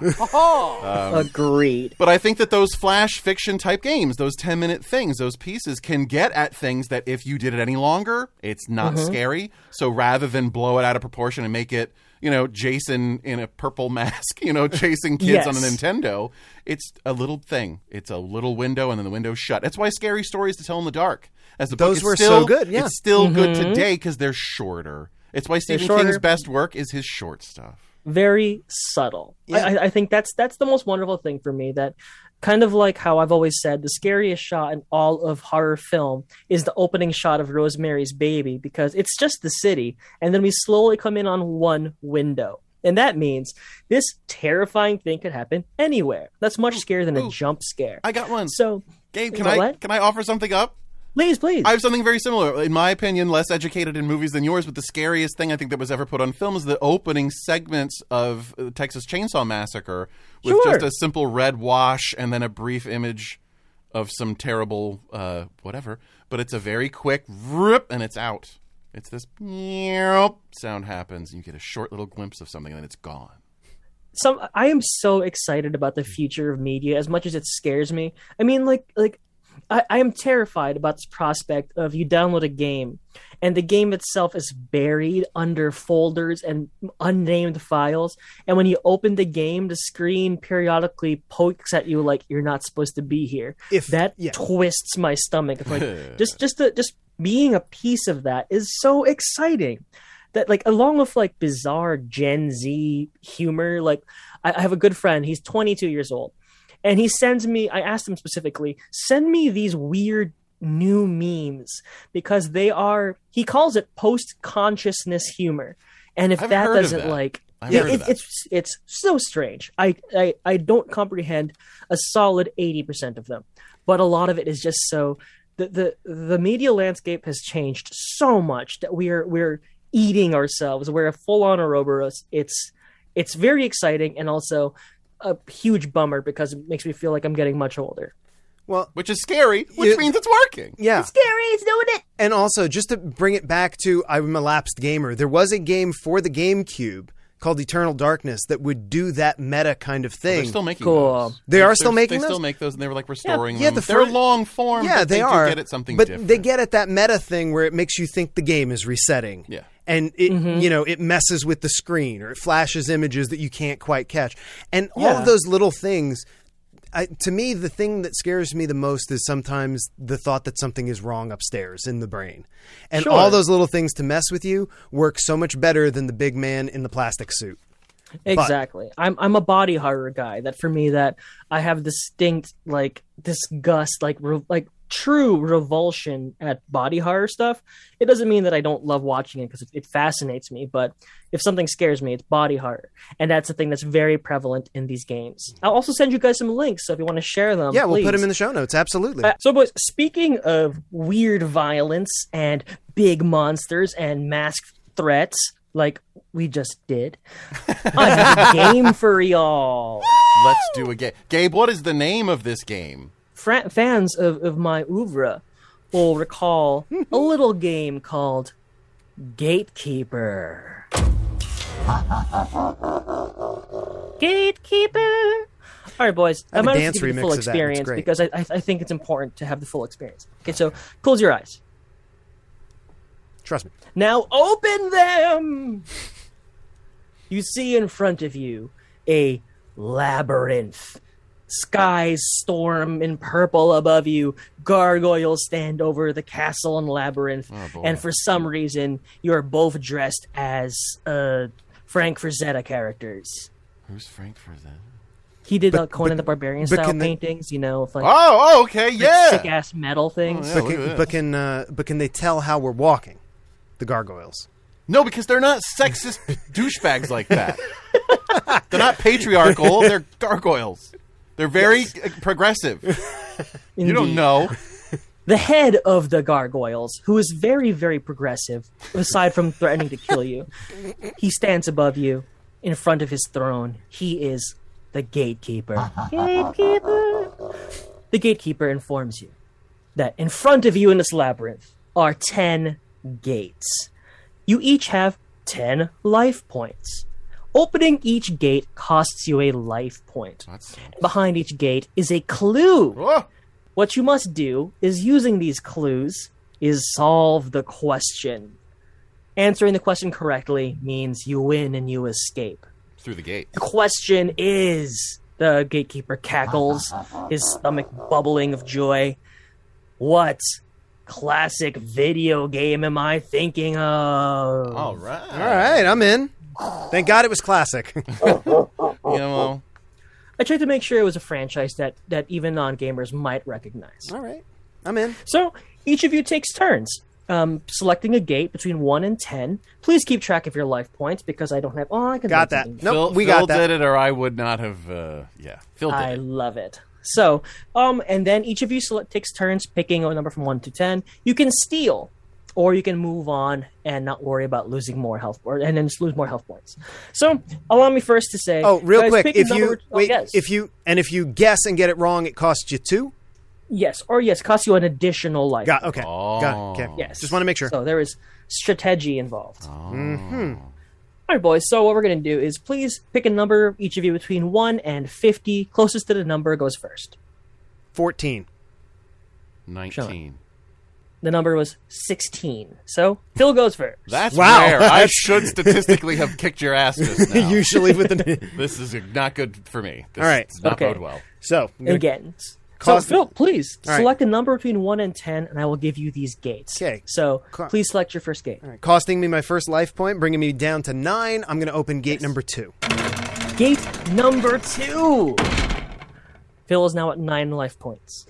[SPEAKER 2] Agreed.
[SPEAKER 1] But I think that those flash fiction type games, those 10 minute things, those pieces can get at things that if you did it any longer, it's not
[SPEAKER 2] Mm-hmm.
[SPEAKER 1] scary. So rather than blow it out of proportion and make it, you know, Jason in a purple (laughs) mask, you know, chasing kids on a
[SPEAKER 2] Yes.
[SPEAKER 1] Nintendo, it's a little thing. It's a little window and then the window's shut. That's why Scary Stories to Tell in the Dark, as the book
[SPEAKER 3] Those
[SPEAKER 1] is
[SPEAKER 3] were
[SPEAKER 1] still-
[SPEAKER 3] so good, yeah.
[SPEAKER 1] It's still good today because they're shorter. It's why Stephen King's
[SPEAKER 2] Mm-hmm. shorter.
[SPEAKER 1] best work is his short stuff.
[SPEAKER 2] Very subtle. I I, I think that's that's the most wonderful thing for me. That kind of like how I've always said, the scariest shot in all of horror film is the opening shot of Rosemary's Baby because it's just the city, and then we slowly come in on one window. And that means this terrifying thing could happen anywhere. That's much scarier than a
[SPEAKER 1] ooh.
[SPEAKER 2] jump scare.
[SPEAKER 1] I got one.
[SPEAKER 2] So,
[SPEAKER 1] Gabe,
[SPEAKER 2] Is
[SPEAKER 1] can
[SPEAKER 2] that
[SPEAKER 1] I
[SPEAKER 2] what?
[SPEAKER 1] can I offer something up?
[SPEAKER 2] please, please.
[SPEAKER 1] I have something very similar. In my opinion, less educated in movies than yours, but the scariest thing I think that was ever put on film is the opening segments of uh, Texas Chainsaw Massacre with
[SPEAKER 2] Sure.
[SPEAKER 1] just a simple red wash and then a brief image of some terrible uh, whatever. But it's a very quick rip and it's out. It's this meow sound happens and you get a short little glimpse of something and then it's gone.
[SPEAKER 2] some I am so excited about the future of media as much as it scares me. I mean like like I, I am terrified about this prospect of you download a game and the game itself is buried under folders and unnamed files and when you open the game the screen periodically pokes at you like you're not supposed to be here
[SPEAKER 3] If-
[SPEAKER 2] that
[SPEAKER 3] yeah.
[SPEAKER 1] (laughs)
[SPEAKER 2] twists my stomach it's like just just to, just being a piece of that is so exciting that like along with like bizarre gen z humor like i, I have a good friend he's 22 years old and he sends me i asked him specifically send me these weird new memes because they are he calls it post consciousness humor and if
[SPEAKER 1] I've
[SPEAKER 2] that
[SPEAKER 1] heard of
[SPEAKER 2] doesn't
[SPEAKER 1] that.
[SPEAKER 2] like
[SPEAKER 1] I've
[SPEAKER 2] yeah,
[SPEAKER 1] heard of
[SPEAKER 2] it-
[SPEAKER 1] that.
[SPEAKER 2] it's it's so strange I, I i don't comprehend a solid 80% of them but a lot of it is just so the the, the media landscape has changed so much that we're we're eating ourselves we're full on Ouroboros. it's it's very exciting and also a huge bummer because it makes me feel like i'm getting much older
[SPEAKER 3] Well,
[SPEAKER 1] which is scary, which
[SPEAKER 3] You-
[SPEAKER 1] means it's working.
[SPEAKER 3] yeah.
[SPEAKER 2] scary it's doing it
[SPEAKER 3] And also, just to bring it back to I'm a lapsed gamer, there was a game for the GameCube called Eternal Darkness that would do that meta kind of
[SPEAKER 1] They're
[SPEAKER 3] thing.
[SPEAKER 1] Oh, still making
[SPEAKER 2] Cool.
[SPEAKER 1] those.
[SPEAKER 3] They are still
[SPEAKER 1] they're-
[SPEAKER 3] making
[SPEAKER 1] they still
[SPEAKER 3] those?
[SPEAKER 1] make those, and they were like restoring
[SPEAKER 3] yeah,
[SPEAKER 1] them.
[SPEAKER 3] the
[SPEAKER 1] they're
[SPEAKER 3] fir-
[SPEAKER 1] long form.
[SPEAKER 3] yeah,
[SPEAKER 1] but they,
[SPEAKER 3] they, are.
[SPEAKER 1] Do get at something
[SPEAKER 3] but
[SPEAKER 1] different.
[SPEAKER 3] they get at that meta thing where it makes you think the game is resetting.
[SPEAKER 1] Yeah.
[SPEAKER 3] And it,
[SPEAKER 2] Mm-hmm.
[SPEAKER 3] you know, it messes with the screen or it flashes images that you can't quite catch, and all
[SPEAKER 2] Yeah.
[SPEAKER 3] of those little things. I, to me, the thing that scares me the most is sometimes the thought that something is wrong upstairs in the brain, and
[SPEAKER 2] Sure.
[SPEAKER 3] all those little things to mess with you work so much better than the big man in the plastic suit.
[SPEAKER 2] Exactly. I'm I'm a body horror guy. That for me, that I have distinct like disgust, like re- like true revulsion at body horror stuff. It doesn't mean that I don't love watching it because it, it fascinates me. But if something scares me, it's body horror, and that's a thing that's very prevalent in these games. I'll also send you guys some links, so if you want to share them,
[SPEAKER 3] yeah, we'll put
[SPEAKER 2] Um, please.
[SPEAKER 3] him in the show notes. Absolutely.
[SPEAKER 2] Uh, so, boys, speaking of weird violence and big monsters and masked threats, like we just
[SPEAKER 3] (laughs)
[SPEAKER 2] did, I have a game for y'all.
[SPEAKER 1] Let's do a game. Gabe, what is the name of this game?
[SPEAKER 2] Fra- fans of, of my oeuvre will recall a little game called
[SPEAKER 3] (laughs)
[SPEAKER 2] Gatekeeper. Gatekeeper. All right, boys.
[SPEAKER 3] have
[SPEAKER 2] I'm
[SPEAKER 3] a
[SPEAKER 2] going to
[SPEAKER 3] dance
[SPEAKER 2] give you the
[SPEAKER 3] remix
[SPEAKER 2] full
[SPEAKER 3] of that, and it's
[SPEAKER 2] experience
[SPEAKER 3] great.
[SPEAKER 2] because I, I, I think it's important to have the full experience. Okay, so close your eyes.
[SPEAKER 3] Trust me.
[SPEAKER 2] Now open them! You see in front of you a labyrinth. Skies storm in purple above you. Gargoyles stand over the castle and labyrinth.
[SPEAKER 3] Oh,
[SPEAKER 1] boy.
[SPEAKER 2] and for some reason, you're both dressed as uh, Frank Frazetta characters.
[SPEAKER 1] Who's Frank for that?
[SPEAKER 2] He did
[SPEAKER 3] But-
[SPEAKER 2] uh, Conan
[SPEAKER 3] but-
[SPEAKER 2] the Barbarian
[SPEAKER 3] but
[SPEAKER 2] style
[SPEAKER 3] can they-
[SPEAKER 2] paintings, you know, with like
[SPEAKER 1] Oh, oh, okay, yeah.
[SPEAKER 2] sick ass metal things.
[SPEAKER 1] yeah.
[SPEAKER 3] But
[SPEAKER 1] look at
[SPEAKER 3] can,
[SPEAKER 1] this.
[SPEAKER 3] but can uh, but can they tell how we're walking? The gargoyles.
[SPEAKER 1] No, because they're not
[SPEAKER 3] (laughs)
[SPEAKER 1] sexist douchebags like that. they're not patriarchal. They're gargoyles. They're very uh,
[SPEAKER 3] (laughs)
[SPEAKER 1] progressive. You don't
[SPEAKER 2] Indeed.
[SPEAKER 1] know.
[SPEAKER 2] the head of the gargoyles, who is very, very progressive, aside from threatening to kill you, he stands above you in front of his throne. He is the gatekeeper. gatekeeper. The gatekeeper informs you that in front of you in this labyrinth are 10 gates. You each have 10 life points. Opening each gate costs you a life point. Behind each gate is a clue.
[SPEAKER 1] (laughs) Oh,
[SPEAKER 2] What you must do is using these clues is solve the question. Answering the question correctly means you win and you escape.
[SPEAKER 1] through the gate.
[SPEAKER 2] The question is the gatekeeper cackles, his stomach bubbling of joy. What classic video game am I thinking of?
[SPEAKER 1] All right.
[SPEAKER 3] All right, I'm in. Thank God it was classic. (laughs)
[SPEAKER 1] You know,
[SPEAKER 2] I tried to make sure it was a franchise that, that even non gamers might recognize.
[SPEAKER 3] All right, I'm in.
[SPEAKER 2] So each of you takes turns um, selecting a gate between one and ten. Please keep track of your life points because I don't have. Oh, I can
[SPEAKER 3] Got
[SPEAKER 2] do
[SPEAKER 3] that.
[SPEAKER 2] something.
[SPEAKER 3] Nope,
[SPEAKER 1] Phil,
[SPEAKER 3] we
[SPEAKER 1] Phil
[SPEAKER 3] got that.
[SPEAKER 1] did it, or I would not have. Uh, yeah, Phil did
[SPEAKER 2] I
[SPEAKER 1] it.
[SPEAKER 2] love it. So, um, and then each of you select, takes turns picking a number from one to ten. You can steal, or you can move on and not worry about losing more health, or and then just lose more health points. So, allow me first to say.
[SPEAKER 3] Oh, real
[SPEAKER 2] guys,
[SPEAKER 3] quick,
[SPEAKER 2] pick a
[SPEAKER 3] if you
[SPEAKER 2] number- oh,
[SPEAKER 3] wait,
[SPEAKER 2] yes.
[SPEAKER 3] if you and if you guess and get it wrong, it costs you two.
[SPEAKER 2] yes, or yes, costs you an additional life.
[SPEAKER 3] Got okay.
[SPEAKER 1] Oh.
[SPEAKER 3] Got okay.
[SPEAKER 2] Yes.
[SPEAKER 3] Just want to make sure.
[SPEAKER 2] So there is strategy involved.
[SPEAKER 3] hmm
[SPEAKER 2] All right, boys. So what we're gonna do is please pick a number each of you between one and fifty. Closest to the number goes first.
[SPEAKER 3] Fourteen. (laughs)
[SPEAKER 1] Nineteen.
[SPEAKER 2] The number was sixteen. So Phil goes first.
[SPEAKER 1] That's
[SPEAKER 3] Wow.
[SPEAKER 1] rare. I should statistically have kicked your ass just
[SPEAKER 3] (laughs)
[SPEAKER 1] now.
[SPEAKER 3] Usually with the
[SPEAKER 1] (laughs)
[SPEAKER 3] (laughs)
[SPEAKER 1] this is not good for me. This
[SPEAKER 3] All right.
[SPEAKER 1] does not
[SPEAKER 2] Okay.
[SPEAKER 1] bode well.
[SPEAKER 3] so I'm gonna-
[SPEAKER 2] again. So,
[SPEAKER 3] Cause-
[SPEAKER 2] Phil, please
[SPEAKER 3] All right.
[SPEAKER 2] select a number between one and ten, and I will give you these gates.
[SPEAKER 3] Okay.
[SPEAKER 2] So
[SPEAKER 3] Co-
[SPEAKER 2] please select your first gate.
[SPEAKER 3] All right, costing me my first life point, bringing me down to nine. I'm going to open gate number two.
[SPEAKER 2] Gate number two. Phil is now at nine life points.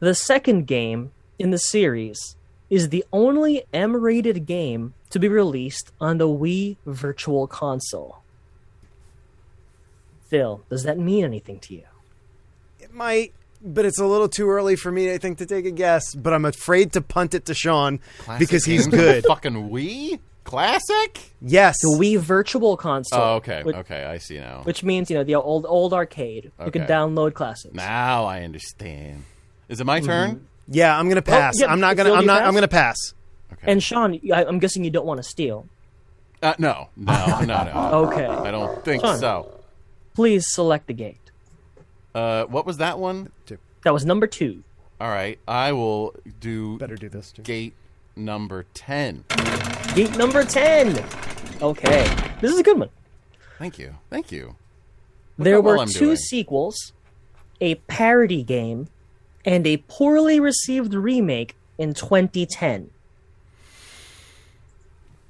[SPEAKER 2] The second game in the series is the only M rated game to be released on the Wii Virtual Console. Phil, does that mean anything to you?
[SPEAKER 3] It might, but it's a little too early for me, I think, to take a guess. But I'm afraid to punt it to Sean because
[SPEAKER 1] (laughs)
[SPEAKER 3] he's good.
[SPEAKER 1] Fucking we classic.
[SPEAKER 3] yes.
[SPEAKER 2] The Wii Virtual Console.
[SPEAKER 1] Oh, okay,
[SPEAKER 2] Which,
[SPEAKER 1] okay, I see now.
[SPEAKER 2] which means, you know, the old old arcade. You can
[SPEAKER 1] Okay.
[SPEAKER 2] download classics.
[SPEAKER 1] Now I understand. Is it my
[SPEAKER 2] Mm-hmm.
[SPEAKER 1] turn?
[SPEAKER 3] Yeah, I'm going to pass.
[SPEAKER 2] yeah,
[SPEAKER 3] I'm not going to.
[SPEAKER 2] Phil,
[SPEAKER 3] I'm
[SPEAKER 2] you
[SPEAKER 3] not.
[SPEAKER 2] pass?
[SPEAKER 3] I'm going to pass.
[SPEAKER 1] Okay.
[SPEAKER 2] And Sean, I, I'm guessing you don't want to steal.
[SPEAKER 1] uh, no,
[SPEAKER 2] (laughs)
[SPEAKER 1] no, no, no. I
[SPEAKER 2] Okay.
[SPEAKER 1] don't think
[SPEAKER 2] Sean.
[SPEAKER 1] so.
[SPEAKER 2] Please select the gate.
[SPEAKER 1] Uh, what was that one?
[SPEAKER 2] That was number two.
[SPEAKER 1] All right, I will do
[SPEAKER 3] Better do this. Too.
[SPEAKER 1] gate number ten.
[SPEAKER 2] Gate number 10. Okay. This is a good one.
[SPEAKER 1] Thank you, thank you.
[SPEAKER 2] there
[SPEAKER 1] about
[SPEAKER 2] were
[SPEAKER 1] while I'm
[SPEAKER 2] two
[SPEAKER 1] doing?
[SPEAKER 2] sequels, a parody game, and a poorly received remake in 2010.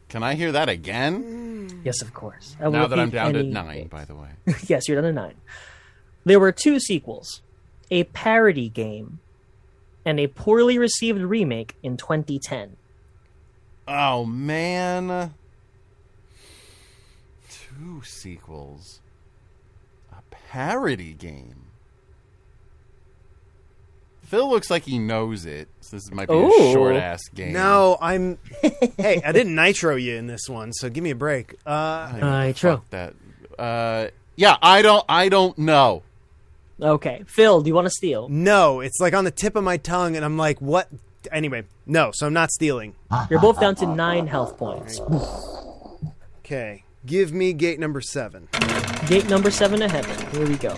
[SPEAKER 1] Can I hear that again?
[SPEAKER 2] Yes, of course. I
[SPEAKER 1] Now
[SPEAKER 2] won't
[SPEAKER 1] that I'm
[SPEAKER 2] need
[SPEAKER 1] down to
[SPEAKER 2] any
[SPEAKER 1] nine,
[SPEAKER 2] gates.
[SPEAKER 1] by the way.
[SPEAKER 2] (laughs) yes, you're down to nine. There were two sequels, a parody game, and a poorly received remake in 2010.
[SPEAKER 1] Oh man, two sequels, a parody game. Phil looks like he knows it. So this might be a
[SPEAKER 2] Ooh.
[SPEAKER 1] short ass game.
[SPEAKER 3] No, I'm. hey,
[SPEAKER 2] (laughs)
[SPEAKER 3] I didn't nitro you in this one, so give me a break. Uh,
[SPEAKER 2] Uh, true.
[SPEAKER 1] Fuck that. Uh, yeah, I don't. I don't know.
[SPEAKER 2] Okay. Phil, do you want to steal?
[SPEAKER 3] no, it's like on the tip of my tongue, and I'm like, what? Anyway, no. So I'm not stealing.
[SPEAKER 2] You're both down to nine health points.
[SPEAKER 3] Okay, give me gate number seven.
[SPEAKER 2] Gate number seven to heaven. Here we go.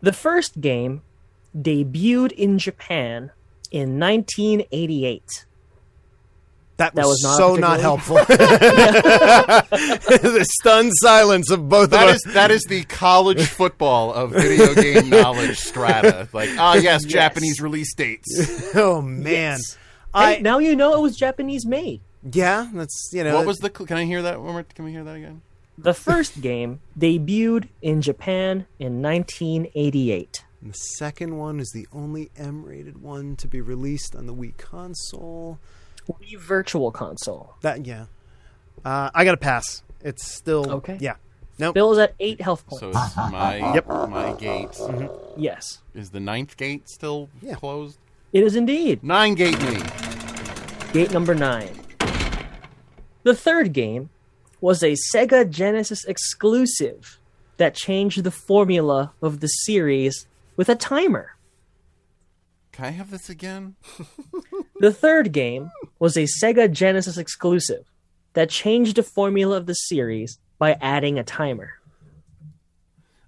[SPEAKER 2] The first game debuted in Japan in 1988.
[SPEAKER 3] That was,
[SPEAKER 2] That was not
[SPEAKER 3] so not
[SPEAKER 2] particularly- (laughs)
[SPEAKER 3] helpful. the stunned silence of both of
[SPEAKER 1] That
[SPEAKER 3] us.
[SPEAKER 1] is that is the
[SPEAKER 2] (laughs)
[SPEAKER 1] college football of video game knowledge strata. Like, ah, yes, Japanese release
[SPEAKER 3] (laughs)
[SPEAKER 1] dates.
[SPEAKER 3] oh man,
[SPEAKER 2] Yes.
[SPEAKER 3] I
[SPEAKER 2] Hey, now you know it was Japanese made.
[SPEAKER 3] yeah, that's you know.
[SPEAKER 1] What was the? cl- Can I hear that? One more, can we hear that again?
[SPEAKER 2] The first (laughs) game debuted in Japan in 1988.
[SPEAKER 3] the second one? Is the only M-rated one to be released on the Wii console?
[SPEAKER 2] Wii Virtual Console.
[SPEAKER 3] That yeah. Uh, I got to pass. It's still
[SPEAKER 2] Okay.
[SPEAKER 3] Yeah. Nope.
[SPEAKER 2] Bill is at eight health points.
[SPEAKER 1] So
[SPEAKER 2] (laughs)
[SPEAKER 1] it's my
[SPEAKER 3] Yep.
[SPEAKER 1] my gate.
[SPEAKER 2] yes,
[SPEAKER 1] Is the ninth gate still
[SPEAKER 3] Yeah.
[SPEAKER 1] closed?
[SPEAKER 2] it is indeed.
[SPEAKER 1] Nine gate me.
[SPEAKER 2] Gate number nine. The third game was a Sega Genesis exclusive that changed the formula of the series with a timer.
[SPEAKER 1] Can I have this again?
[SPEAKER 2] The third game was a Sega Genesis exclusive that changed the formula of the series by adding a timer.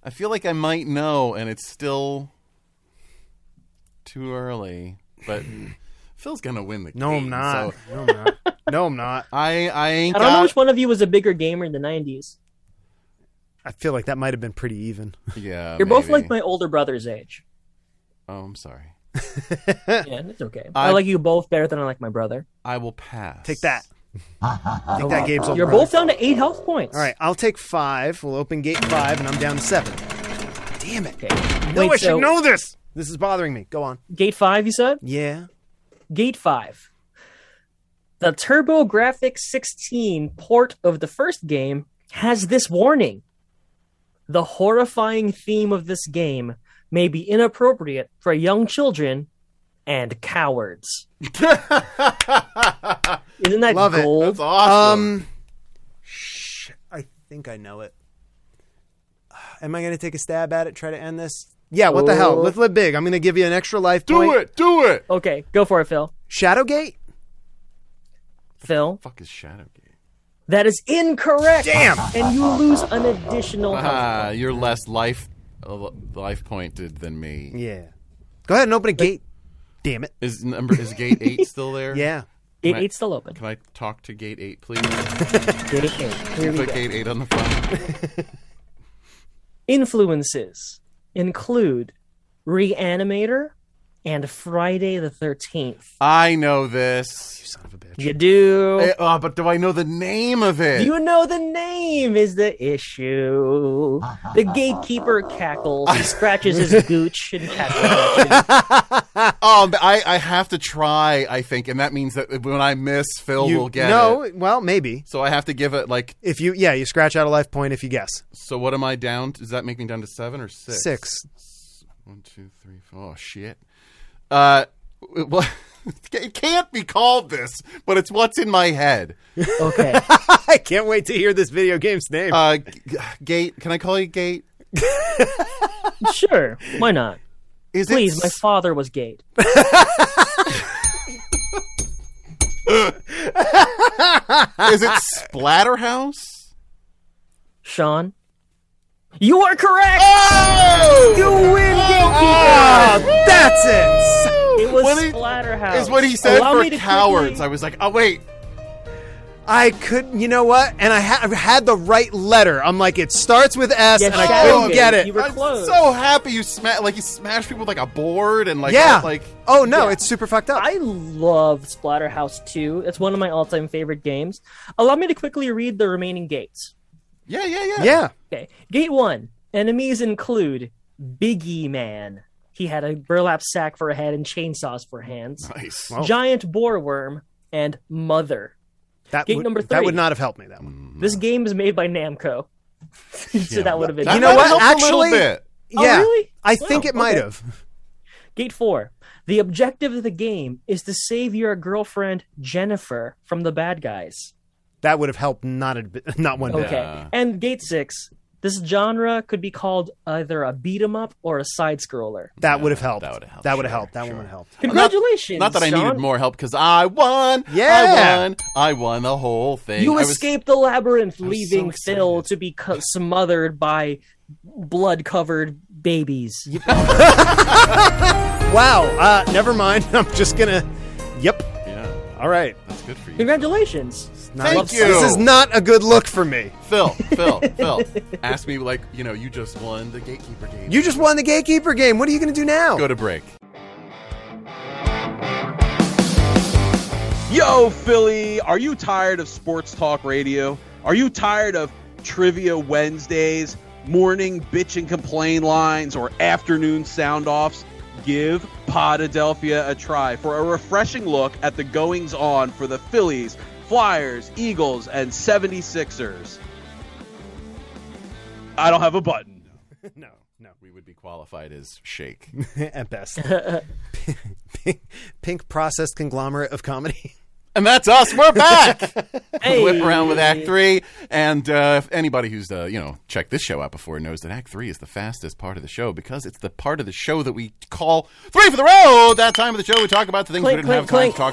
[SPEAKER 1] I feel like I might know, and it's still too early. But Phil's gonna win the
[SPEAKER 3] No,
[SPEAKER 1] game.
[SPEAKER 3] I'm not.
[SPEAKER 1] so
[SPEAKER 3] No, I'm not. (laughs) No, I'm not.
[SPEAKER 1] I I ain't
[SPEAKER 2] I don't know
[SPEAKER 1] got-
[SPEAKER 2] which one of you was a bigger gamer in the 90s.
[SPEAKER 3] I feel like that might have been pretty even.
[SPEAKER 1] (laughs) Yeah,
[SPEAKER 2] You're both
[SPEAKER 1] maybe.
[SPEAKER 2] like my older brother's
[SPEAKER 3] (laughs)
[SPEAKER 2] age.
[SPEAKER 1] Oh, I'm sorry.
[SPEAKER 2] Yeah, it's okay. I,
[SPEAKER 1] I-
[SPEAKER 2] like you both better than I like my brother.
[SPEAKER 1] I will pass.
[SPEAKER 3] Take
[SPEAKER 2] (laughs)
[SPEAKER 3] that. Take that, Gabe's old
[SPEAKER 2] You're
[SPEAKER 3] brother.
[SPEAKER 2] both down to eight health points.
[SPEAKER 3] Oh, All right, I'll take five. We'll open gate five, and I'm down to seven. Damn it!
[SPEAKER 2] Okay.
[SPEAKER 3] No,
[SPEAKER 2] Wait,
[SPEAKER 3] I should
[SPEAKER 2] so
[SPEAKER 3] know this. This is bothering me. Go on.
[SPEAKER 2] Gate five, you said?
[SPEAKER 3] Yeah.
[SPEAKER 2] Gate 5. The TurboGrafx 16 port of the first game has this warning. The horrifying theme of this game may be inappropriate for young children and cowards. Isn't that
[SPEAKER 3] Love it.
[SPEAKER 2] gold?
[SPEAKER 1] That's (laughs) awesome.
[SPEAKER 3] Um. Shh. I think I know it. (sighs) Am I going to take a stab at it? Try to end this? Yeah. What the hell?
[SPEAKER 2] Oh.
[SPEAKER 3] Let's live big. I'm going to give you an extra life
[SPEAKER 1] do
[SPEAKER 3] point.
[SPEAKER 1] it. Do it.
[SPEAKER 2] Okay, go for it, Phil.
[SPEAKER 3] Shadowgate.
[SPEAKER 2] Phil,
[SPEAKER 1] Fuck is Shadowgate.
[SPEAKER 2] that is incorrect. Damn. And you lose an additional health.
[SPEAKER 1] Ah, you're less life uh, life pointed than me.
[SPEAKER 3] Yeah. Go ahead and open a gate. Damn it.
[SPEAKER 1] Is number is gate eight still there?
[SPEAKER 3] Yeah.
[SPEAKER 2] Gate
[SPEAKER 1] Right.
[SPEAKER 2] eight's still open.
[SPEAKER 1] Can I talk to gate eight, please?
[SPEAKER 2] Gate eight. Here we
[SPEAKER 1] Put
[SPEAKER 2] go.
[SPEAKER 1] gate eight on the phone.
[SPEAKER 2] Influences include Reanimator, and Friday the 13th.
[SPEAKER 1] I know this.
[SPEAKER 3] Son of a bitch.
[SPEAKER 2] You do.
[SPEAKER 1] Eh, uh, but do I know the name of it?
[SPEAKER 2] You know the name is the
[SPEAKER 1] (laughs)
[SPEAKER 2] issue. The gatekeeper cackles, and scratches his gooch,
[SPEAKER 1] (laughs)
[SPEAKER 2] and cackles.
[SPEAKER 1] oh, but I, I have to try, I think, and that means that when I miss, Phil
[SPEAKER 3] You-
[SPEAKER 1] will get
[SPEAKER 3] no,
[SPEAKER 1] it.
[SPEAKER 3] well, maybe.
[SPEAKER 1] So I have to give it like.
[SPEAKER 3] If you, yeah, you scratch out a life point if you guess.
[SPEAKER 1] So what am I down? Does that make me down to seven or six?
[SPEAKER 3] Six. (laughs)
[SPEAKER 1] One, two, three, four. Oh, shit. Uh, it- well, (laughs) it can't be called this, but it's what's in my head.
[SPEAKER 2] Okay.
[SPEAKER 3] I can't wait to hear this video game's name.
[SPEAKER 1] Uh, G- Gate. Can I call you Gate?
[SPEAKER 2] Sure. Why not?
[SPEAKER 1] Is
[SPEAKER 2] Please,
[SPEAKER 1] it?
[SPEAKER 2] my father was gay.
[SPEAKER 1] is it Splatterhouse?
[SPEAKER 2] Sean? You are correct!
[SPEAKER 3] you win, gatekeeper. Oh, that's it.
[SPEAKER 2] it was
[SPEAKER 1] Oh, What he-
[SPEAKER 2] Splatterhouse.
[SPEAKER 1] Is what he said
[SPEAKER 2] Allow me
[SPEAKER 1] for
[SPEAKER 2] to
[SPEAKER 1] cowards.
[SPEAKER 2] quickly-
[SPEAKER 1] I was like, oh wait,
[SPEAKER 3] I could, you know what? And I, ha- I had the right letter. I'm like, it starts with S,
[SPEAKER 2] You
[SPEAKER 3] and I
[SPEAKER 2] shadowed
[SPEAKER 3] couldn't
[SPEAKER 2] it.
[SPEAKER 3] get it.
[SPEAKER 2] You were
[SPEAKER 1] I'm
[SPEAKER 2] close.
[SPEAKER 1] so happy you sma- like you smash people with, like a board and like
[SPEAKER 3] yeah.
[SPEAKER 1] all- like
[SPEAKER 3] oh no,
[SPEAKER 2] Yeah.
[SPEAKER 3] it's super fucked up.
[SPEAKER 2] I love Splatterhouse 2. It's one of my all time favorite games. Allow me to quickly read the remaining gates.
[SPEAKER 1] yeah yeah yeah
[SPEAKER 3] yeah.
[SPEAKER 2] Okay. Gate one. Enemies include Biggie Man. He had a burlap sack for a head and chainsaws for hands.
[SPEAKER 1] Nice.
[SPEAKER 3] Oh.
[SPEAKER 2] Giant boar worm and Mother.
[SPEAKER 3] That
[SPEAKER 2] Gate
[SPEAKER 3] would,
[SPEAKER 2] number
[SPEAKER 3] That
[SPEAKER 2] three.
[SPEAKER 3] would not have helped me. That one.
[SPEAKER 2] This game is made by Namco. (laughs) so that would have been.
[SPEAKER 1] That
[SPEAKER 3] You know
[SPEAKER 1] might help
[SPEAKER 3] what?
[SPEAKER 1] a little
[SPEAKER 3] Actually-
[SPEAKER 1] bit.
[SPEAKER 2] Oh,
[SPEAKER 3] yeah.
[SPEAKER 2] really?
[SPEAKER 3] I think
[SPEAKER 2] Wow,
[SPEAKER 3] it might
[SPEAKER 2] okay.
[SPEAKER 3] have.
[SPEAKER 2] Gate four. The objective of the game is to save your girlfriend Jennifer from the bad guys.
[SPEAKER 3] That would have helped not a bit, (laughs) not one bit.
[SPEAKER 2] Okay. And gate six. This genre could be called either a beat 'em up or a side scroller.
[SPEAKER 3] That would have helped.
[SPEAKER 1] that would have helped,
[SPEAKER 3] That would have
[SPEAKER 1] sure,
[SPEAKER 3] helped. That
[SPEAKER 1] sure.
[SPEAKER 3] one would have helped.
[SPEAKER 2] Congratulations!
[SPEAKER 1] Not that I
[SPEAKER 2] Sean.
[SPEAKER 1] needed more help because I won.
[SPEAKER 3] Yeah.
[SPEAKER 1] I won. I won the whole thing.
[SPEAKER 2] You
[SPEAKER 1] I was-
[SPEAKER 2] escape the labyrinth,
[SPEAKER 1] was
[SPEAKER 2] leaving
[SPEAKER 1] so
[SPEAKER 2] Phil to be co- smothered by blood-covered babies.
[SPEAKER 3] Wow. Uh, never mind. (laughs) I'm just gonna. Yep.
[SPEAKER 1] Yeah,
[SPEAKER 3] All right.
[SPEAKER 1] that's good for you,
[SPEAKER 2] Congratulations!
[SPEAKER 3] Not-
[SPEAKER 1] Thank
[SPEAKER 3] This
[SPEAKER 1] you.
[SPEAKER 3] is not a good look for me.
[SPEAKER 1] Phil.
[SPEAKER 3] (laughs)
[SPEAKER 1] Phil. Phil. Ask me like you know you just won the gatekeeper game.
[SPEAKER 3] You just won the gatekeeper game. What are you gonna do now?
[SPEAKER 1] go to break.
[SPEAKER 6] Yo, Philly, are you tired of sports talk radio? Are you tired of trivia Wednesdays, morning bitch and complain lines, or afternoon sound offs? Give Podadelphia a try for a refreshing look at the goings on for the Phillies, Flyers, Eagles, and 76ers. I don't have a button.
[SPEAKER 3] No. No.
[SPEAKER 1] We would be qualified as shake.
[SPEAKER 3] (laughs) At best. pink, pink processed conglomerate of comedy. (laughs)
[SPEAKER 1] And that's us. We're back. (laughs)
[SPEAKER 2] Hey.
[SPEAKER 1] Whip around with Act Three, and uh, if anybody who's uh, you know checked this show out before knows that Act Three is the fastest part of the show because it's the part of the show that we call three for the road. That time of the show we talk about the things we
[SPEAKER 2] Clink,
[SPEAKER 1] didn't have time to
[SPEAKER 2] clink,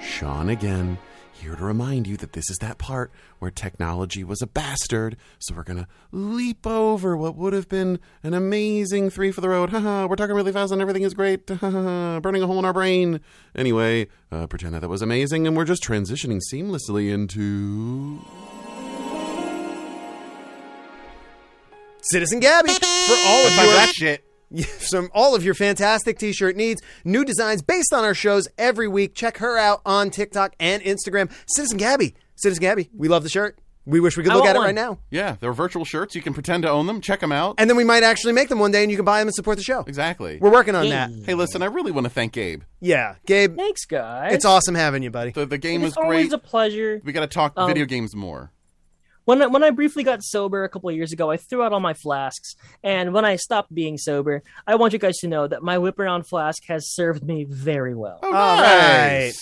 [SPEAKER 1] talk. Sean again, here to remind you that this is that part where technology was a bastard. So we're gonna leap over what would have been an amazing three for the road. (laughs) Haha, we're talking really fast and everything is great. (laughs) Haha, burning a hole in our brain. Anyway, uh, pretend that that was amazing, and we're just transitioning seamlessly into.
[SPEAKER 3] Citizen Gabby for all of your
[SPEAKER 1] shit.
[SPEAKER 3] some all of your fantastic t-shirt needs. New designs based on our shows every week. Check her out on TikTok and Instagram. Citizen Gabby, Citizen Gabby, we love the shirt. We wish we could
[SPEAKER 2] I
[SPEAKER 3] look
[SPEAKER 2] want
[SPEAKER 3] at it
[SPEAKER 2] one.
[SPEAKER 3] right now,
[SPEAKER 1] Yeah, they're virtual shirts. You can pretend to own them. Check them out.
[SPEAKER 3] and then we might actually make them one day, and you can buy them and support the show.
[SPEAKER 1] Exactly.
[SPEAKER 3] We're working on that.
[SPEAKER 1] Hey, listen, I really want to thank Gabe.
[SPEAKER 3] Yeah, Gabe,
[SPEAKER 2] Thanks, guys.
[SPEAKER 3] it's awesome having you, buddy.
[SPEAKER 1] The, the game was
[SPEAKER 2] It's
[SPEAKER 1] great.
[SPEAKER 2] always a pleasure.
[SPEAKER 1] We got to talk
[SPEAKER 3] Oh.
[SPEAKER 2] Um,
[SPEAKER 1] video games more.
[SPEAKER 2] When I, when I briefly got sober a couple of years ago, I threw out all my flasks, and when I stopped being sober, I want you guys to know that my whip around flask has served me very well.
[SPEAKER 1] All
[SPEAKER 3] right.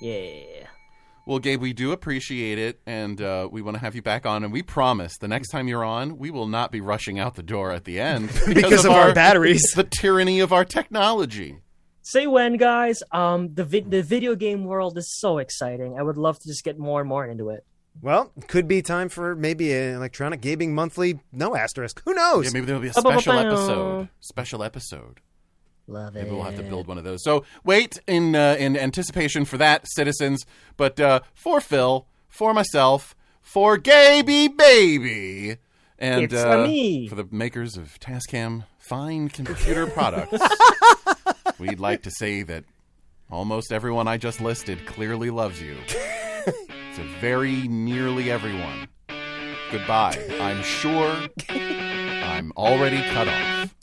[SPEAKER 2] Yeah.
[SPEAKER 1] Well, Gabe, we do appreciate it, and uh, we want to have you back on. And we promise the next time you're on, we will not be rushing out the door at the
[SPEAKER 3] (laughs)
[SPEAKER 1] end because,
[SPEAKER 3] Because of our batteries.
[SPEAKER 1] (laughs) the tyranny of our technology.
[SPEAKER 2] Say when, guys. Um, the vi- the video game world is so exciting. I would love to just get more and more into it.
[SPEAKER 3] Well, could be time for maybe an electronic gaming monthly. No asterisk. Who knows?
[SPEAKER 1] Yeah, maybe there will be a
[SPEAKER 2] Ba-ba-ba-ba.
[SPEAKER 1] special episode. Special episode.
[SPEAKER 2] Love it.
[SPEAKER 1] Maybe we'll have to build one of those. So wait in uh, in anticipation for that, citizens. But uh, for Phil, for myself, for Gaby Baby,
[SPEAKER 7] And
[SPEAKER 2] It's
[SPEAKER 7] uh,
[SPEAKER 2] a me.
[SPEAKER 7] for the makers of Tascam fine
[SPEAKER 2] (laughs)
[SPEAKER 7] computer products, we'd like to say that almost everyone I just listed clearly loves
[SPEAKER 2] (laughs)
[SPEAKER 7] you. so very nearly everyone. Goodbye. I'm sure I'm already cut off.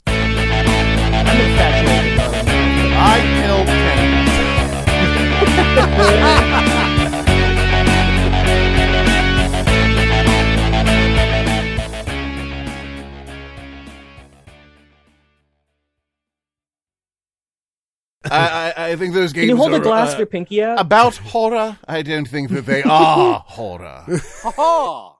[SPEAKER 2] I'm infatuated. by it.
[SPEAKER 7] I killed Ken. I, I, I think those games
[SPEAKER 2] Can you hold
[SPEAKER 7] are,
[SPEAKER 2] the glass
[SPEAKER 7] uh,
[SPEAKER 2] of your pinky out? (laughs)
[SPEAKER 7] about horror. I don't think that they are horror.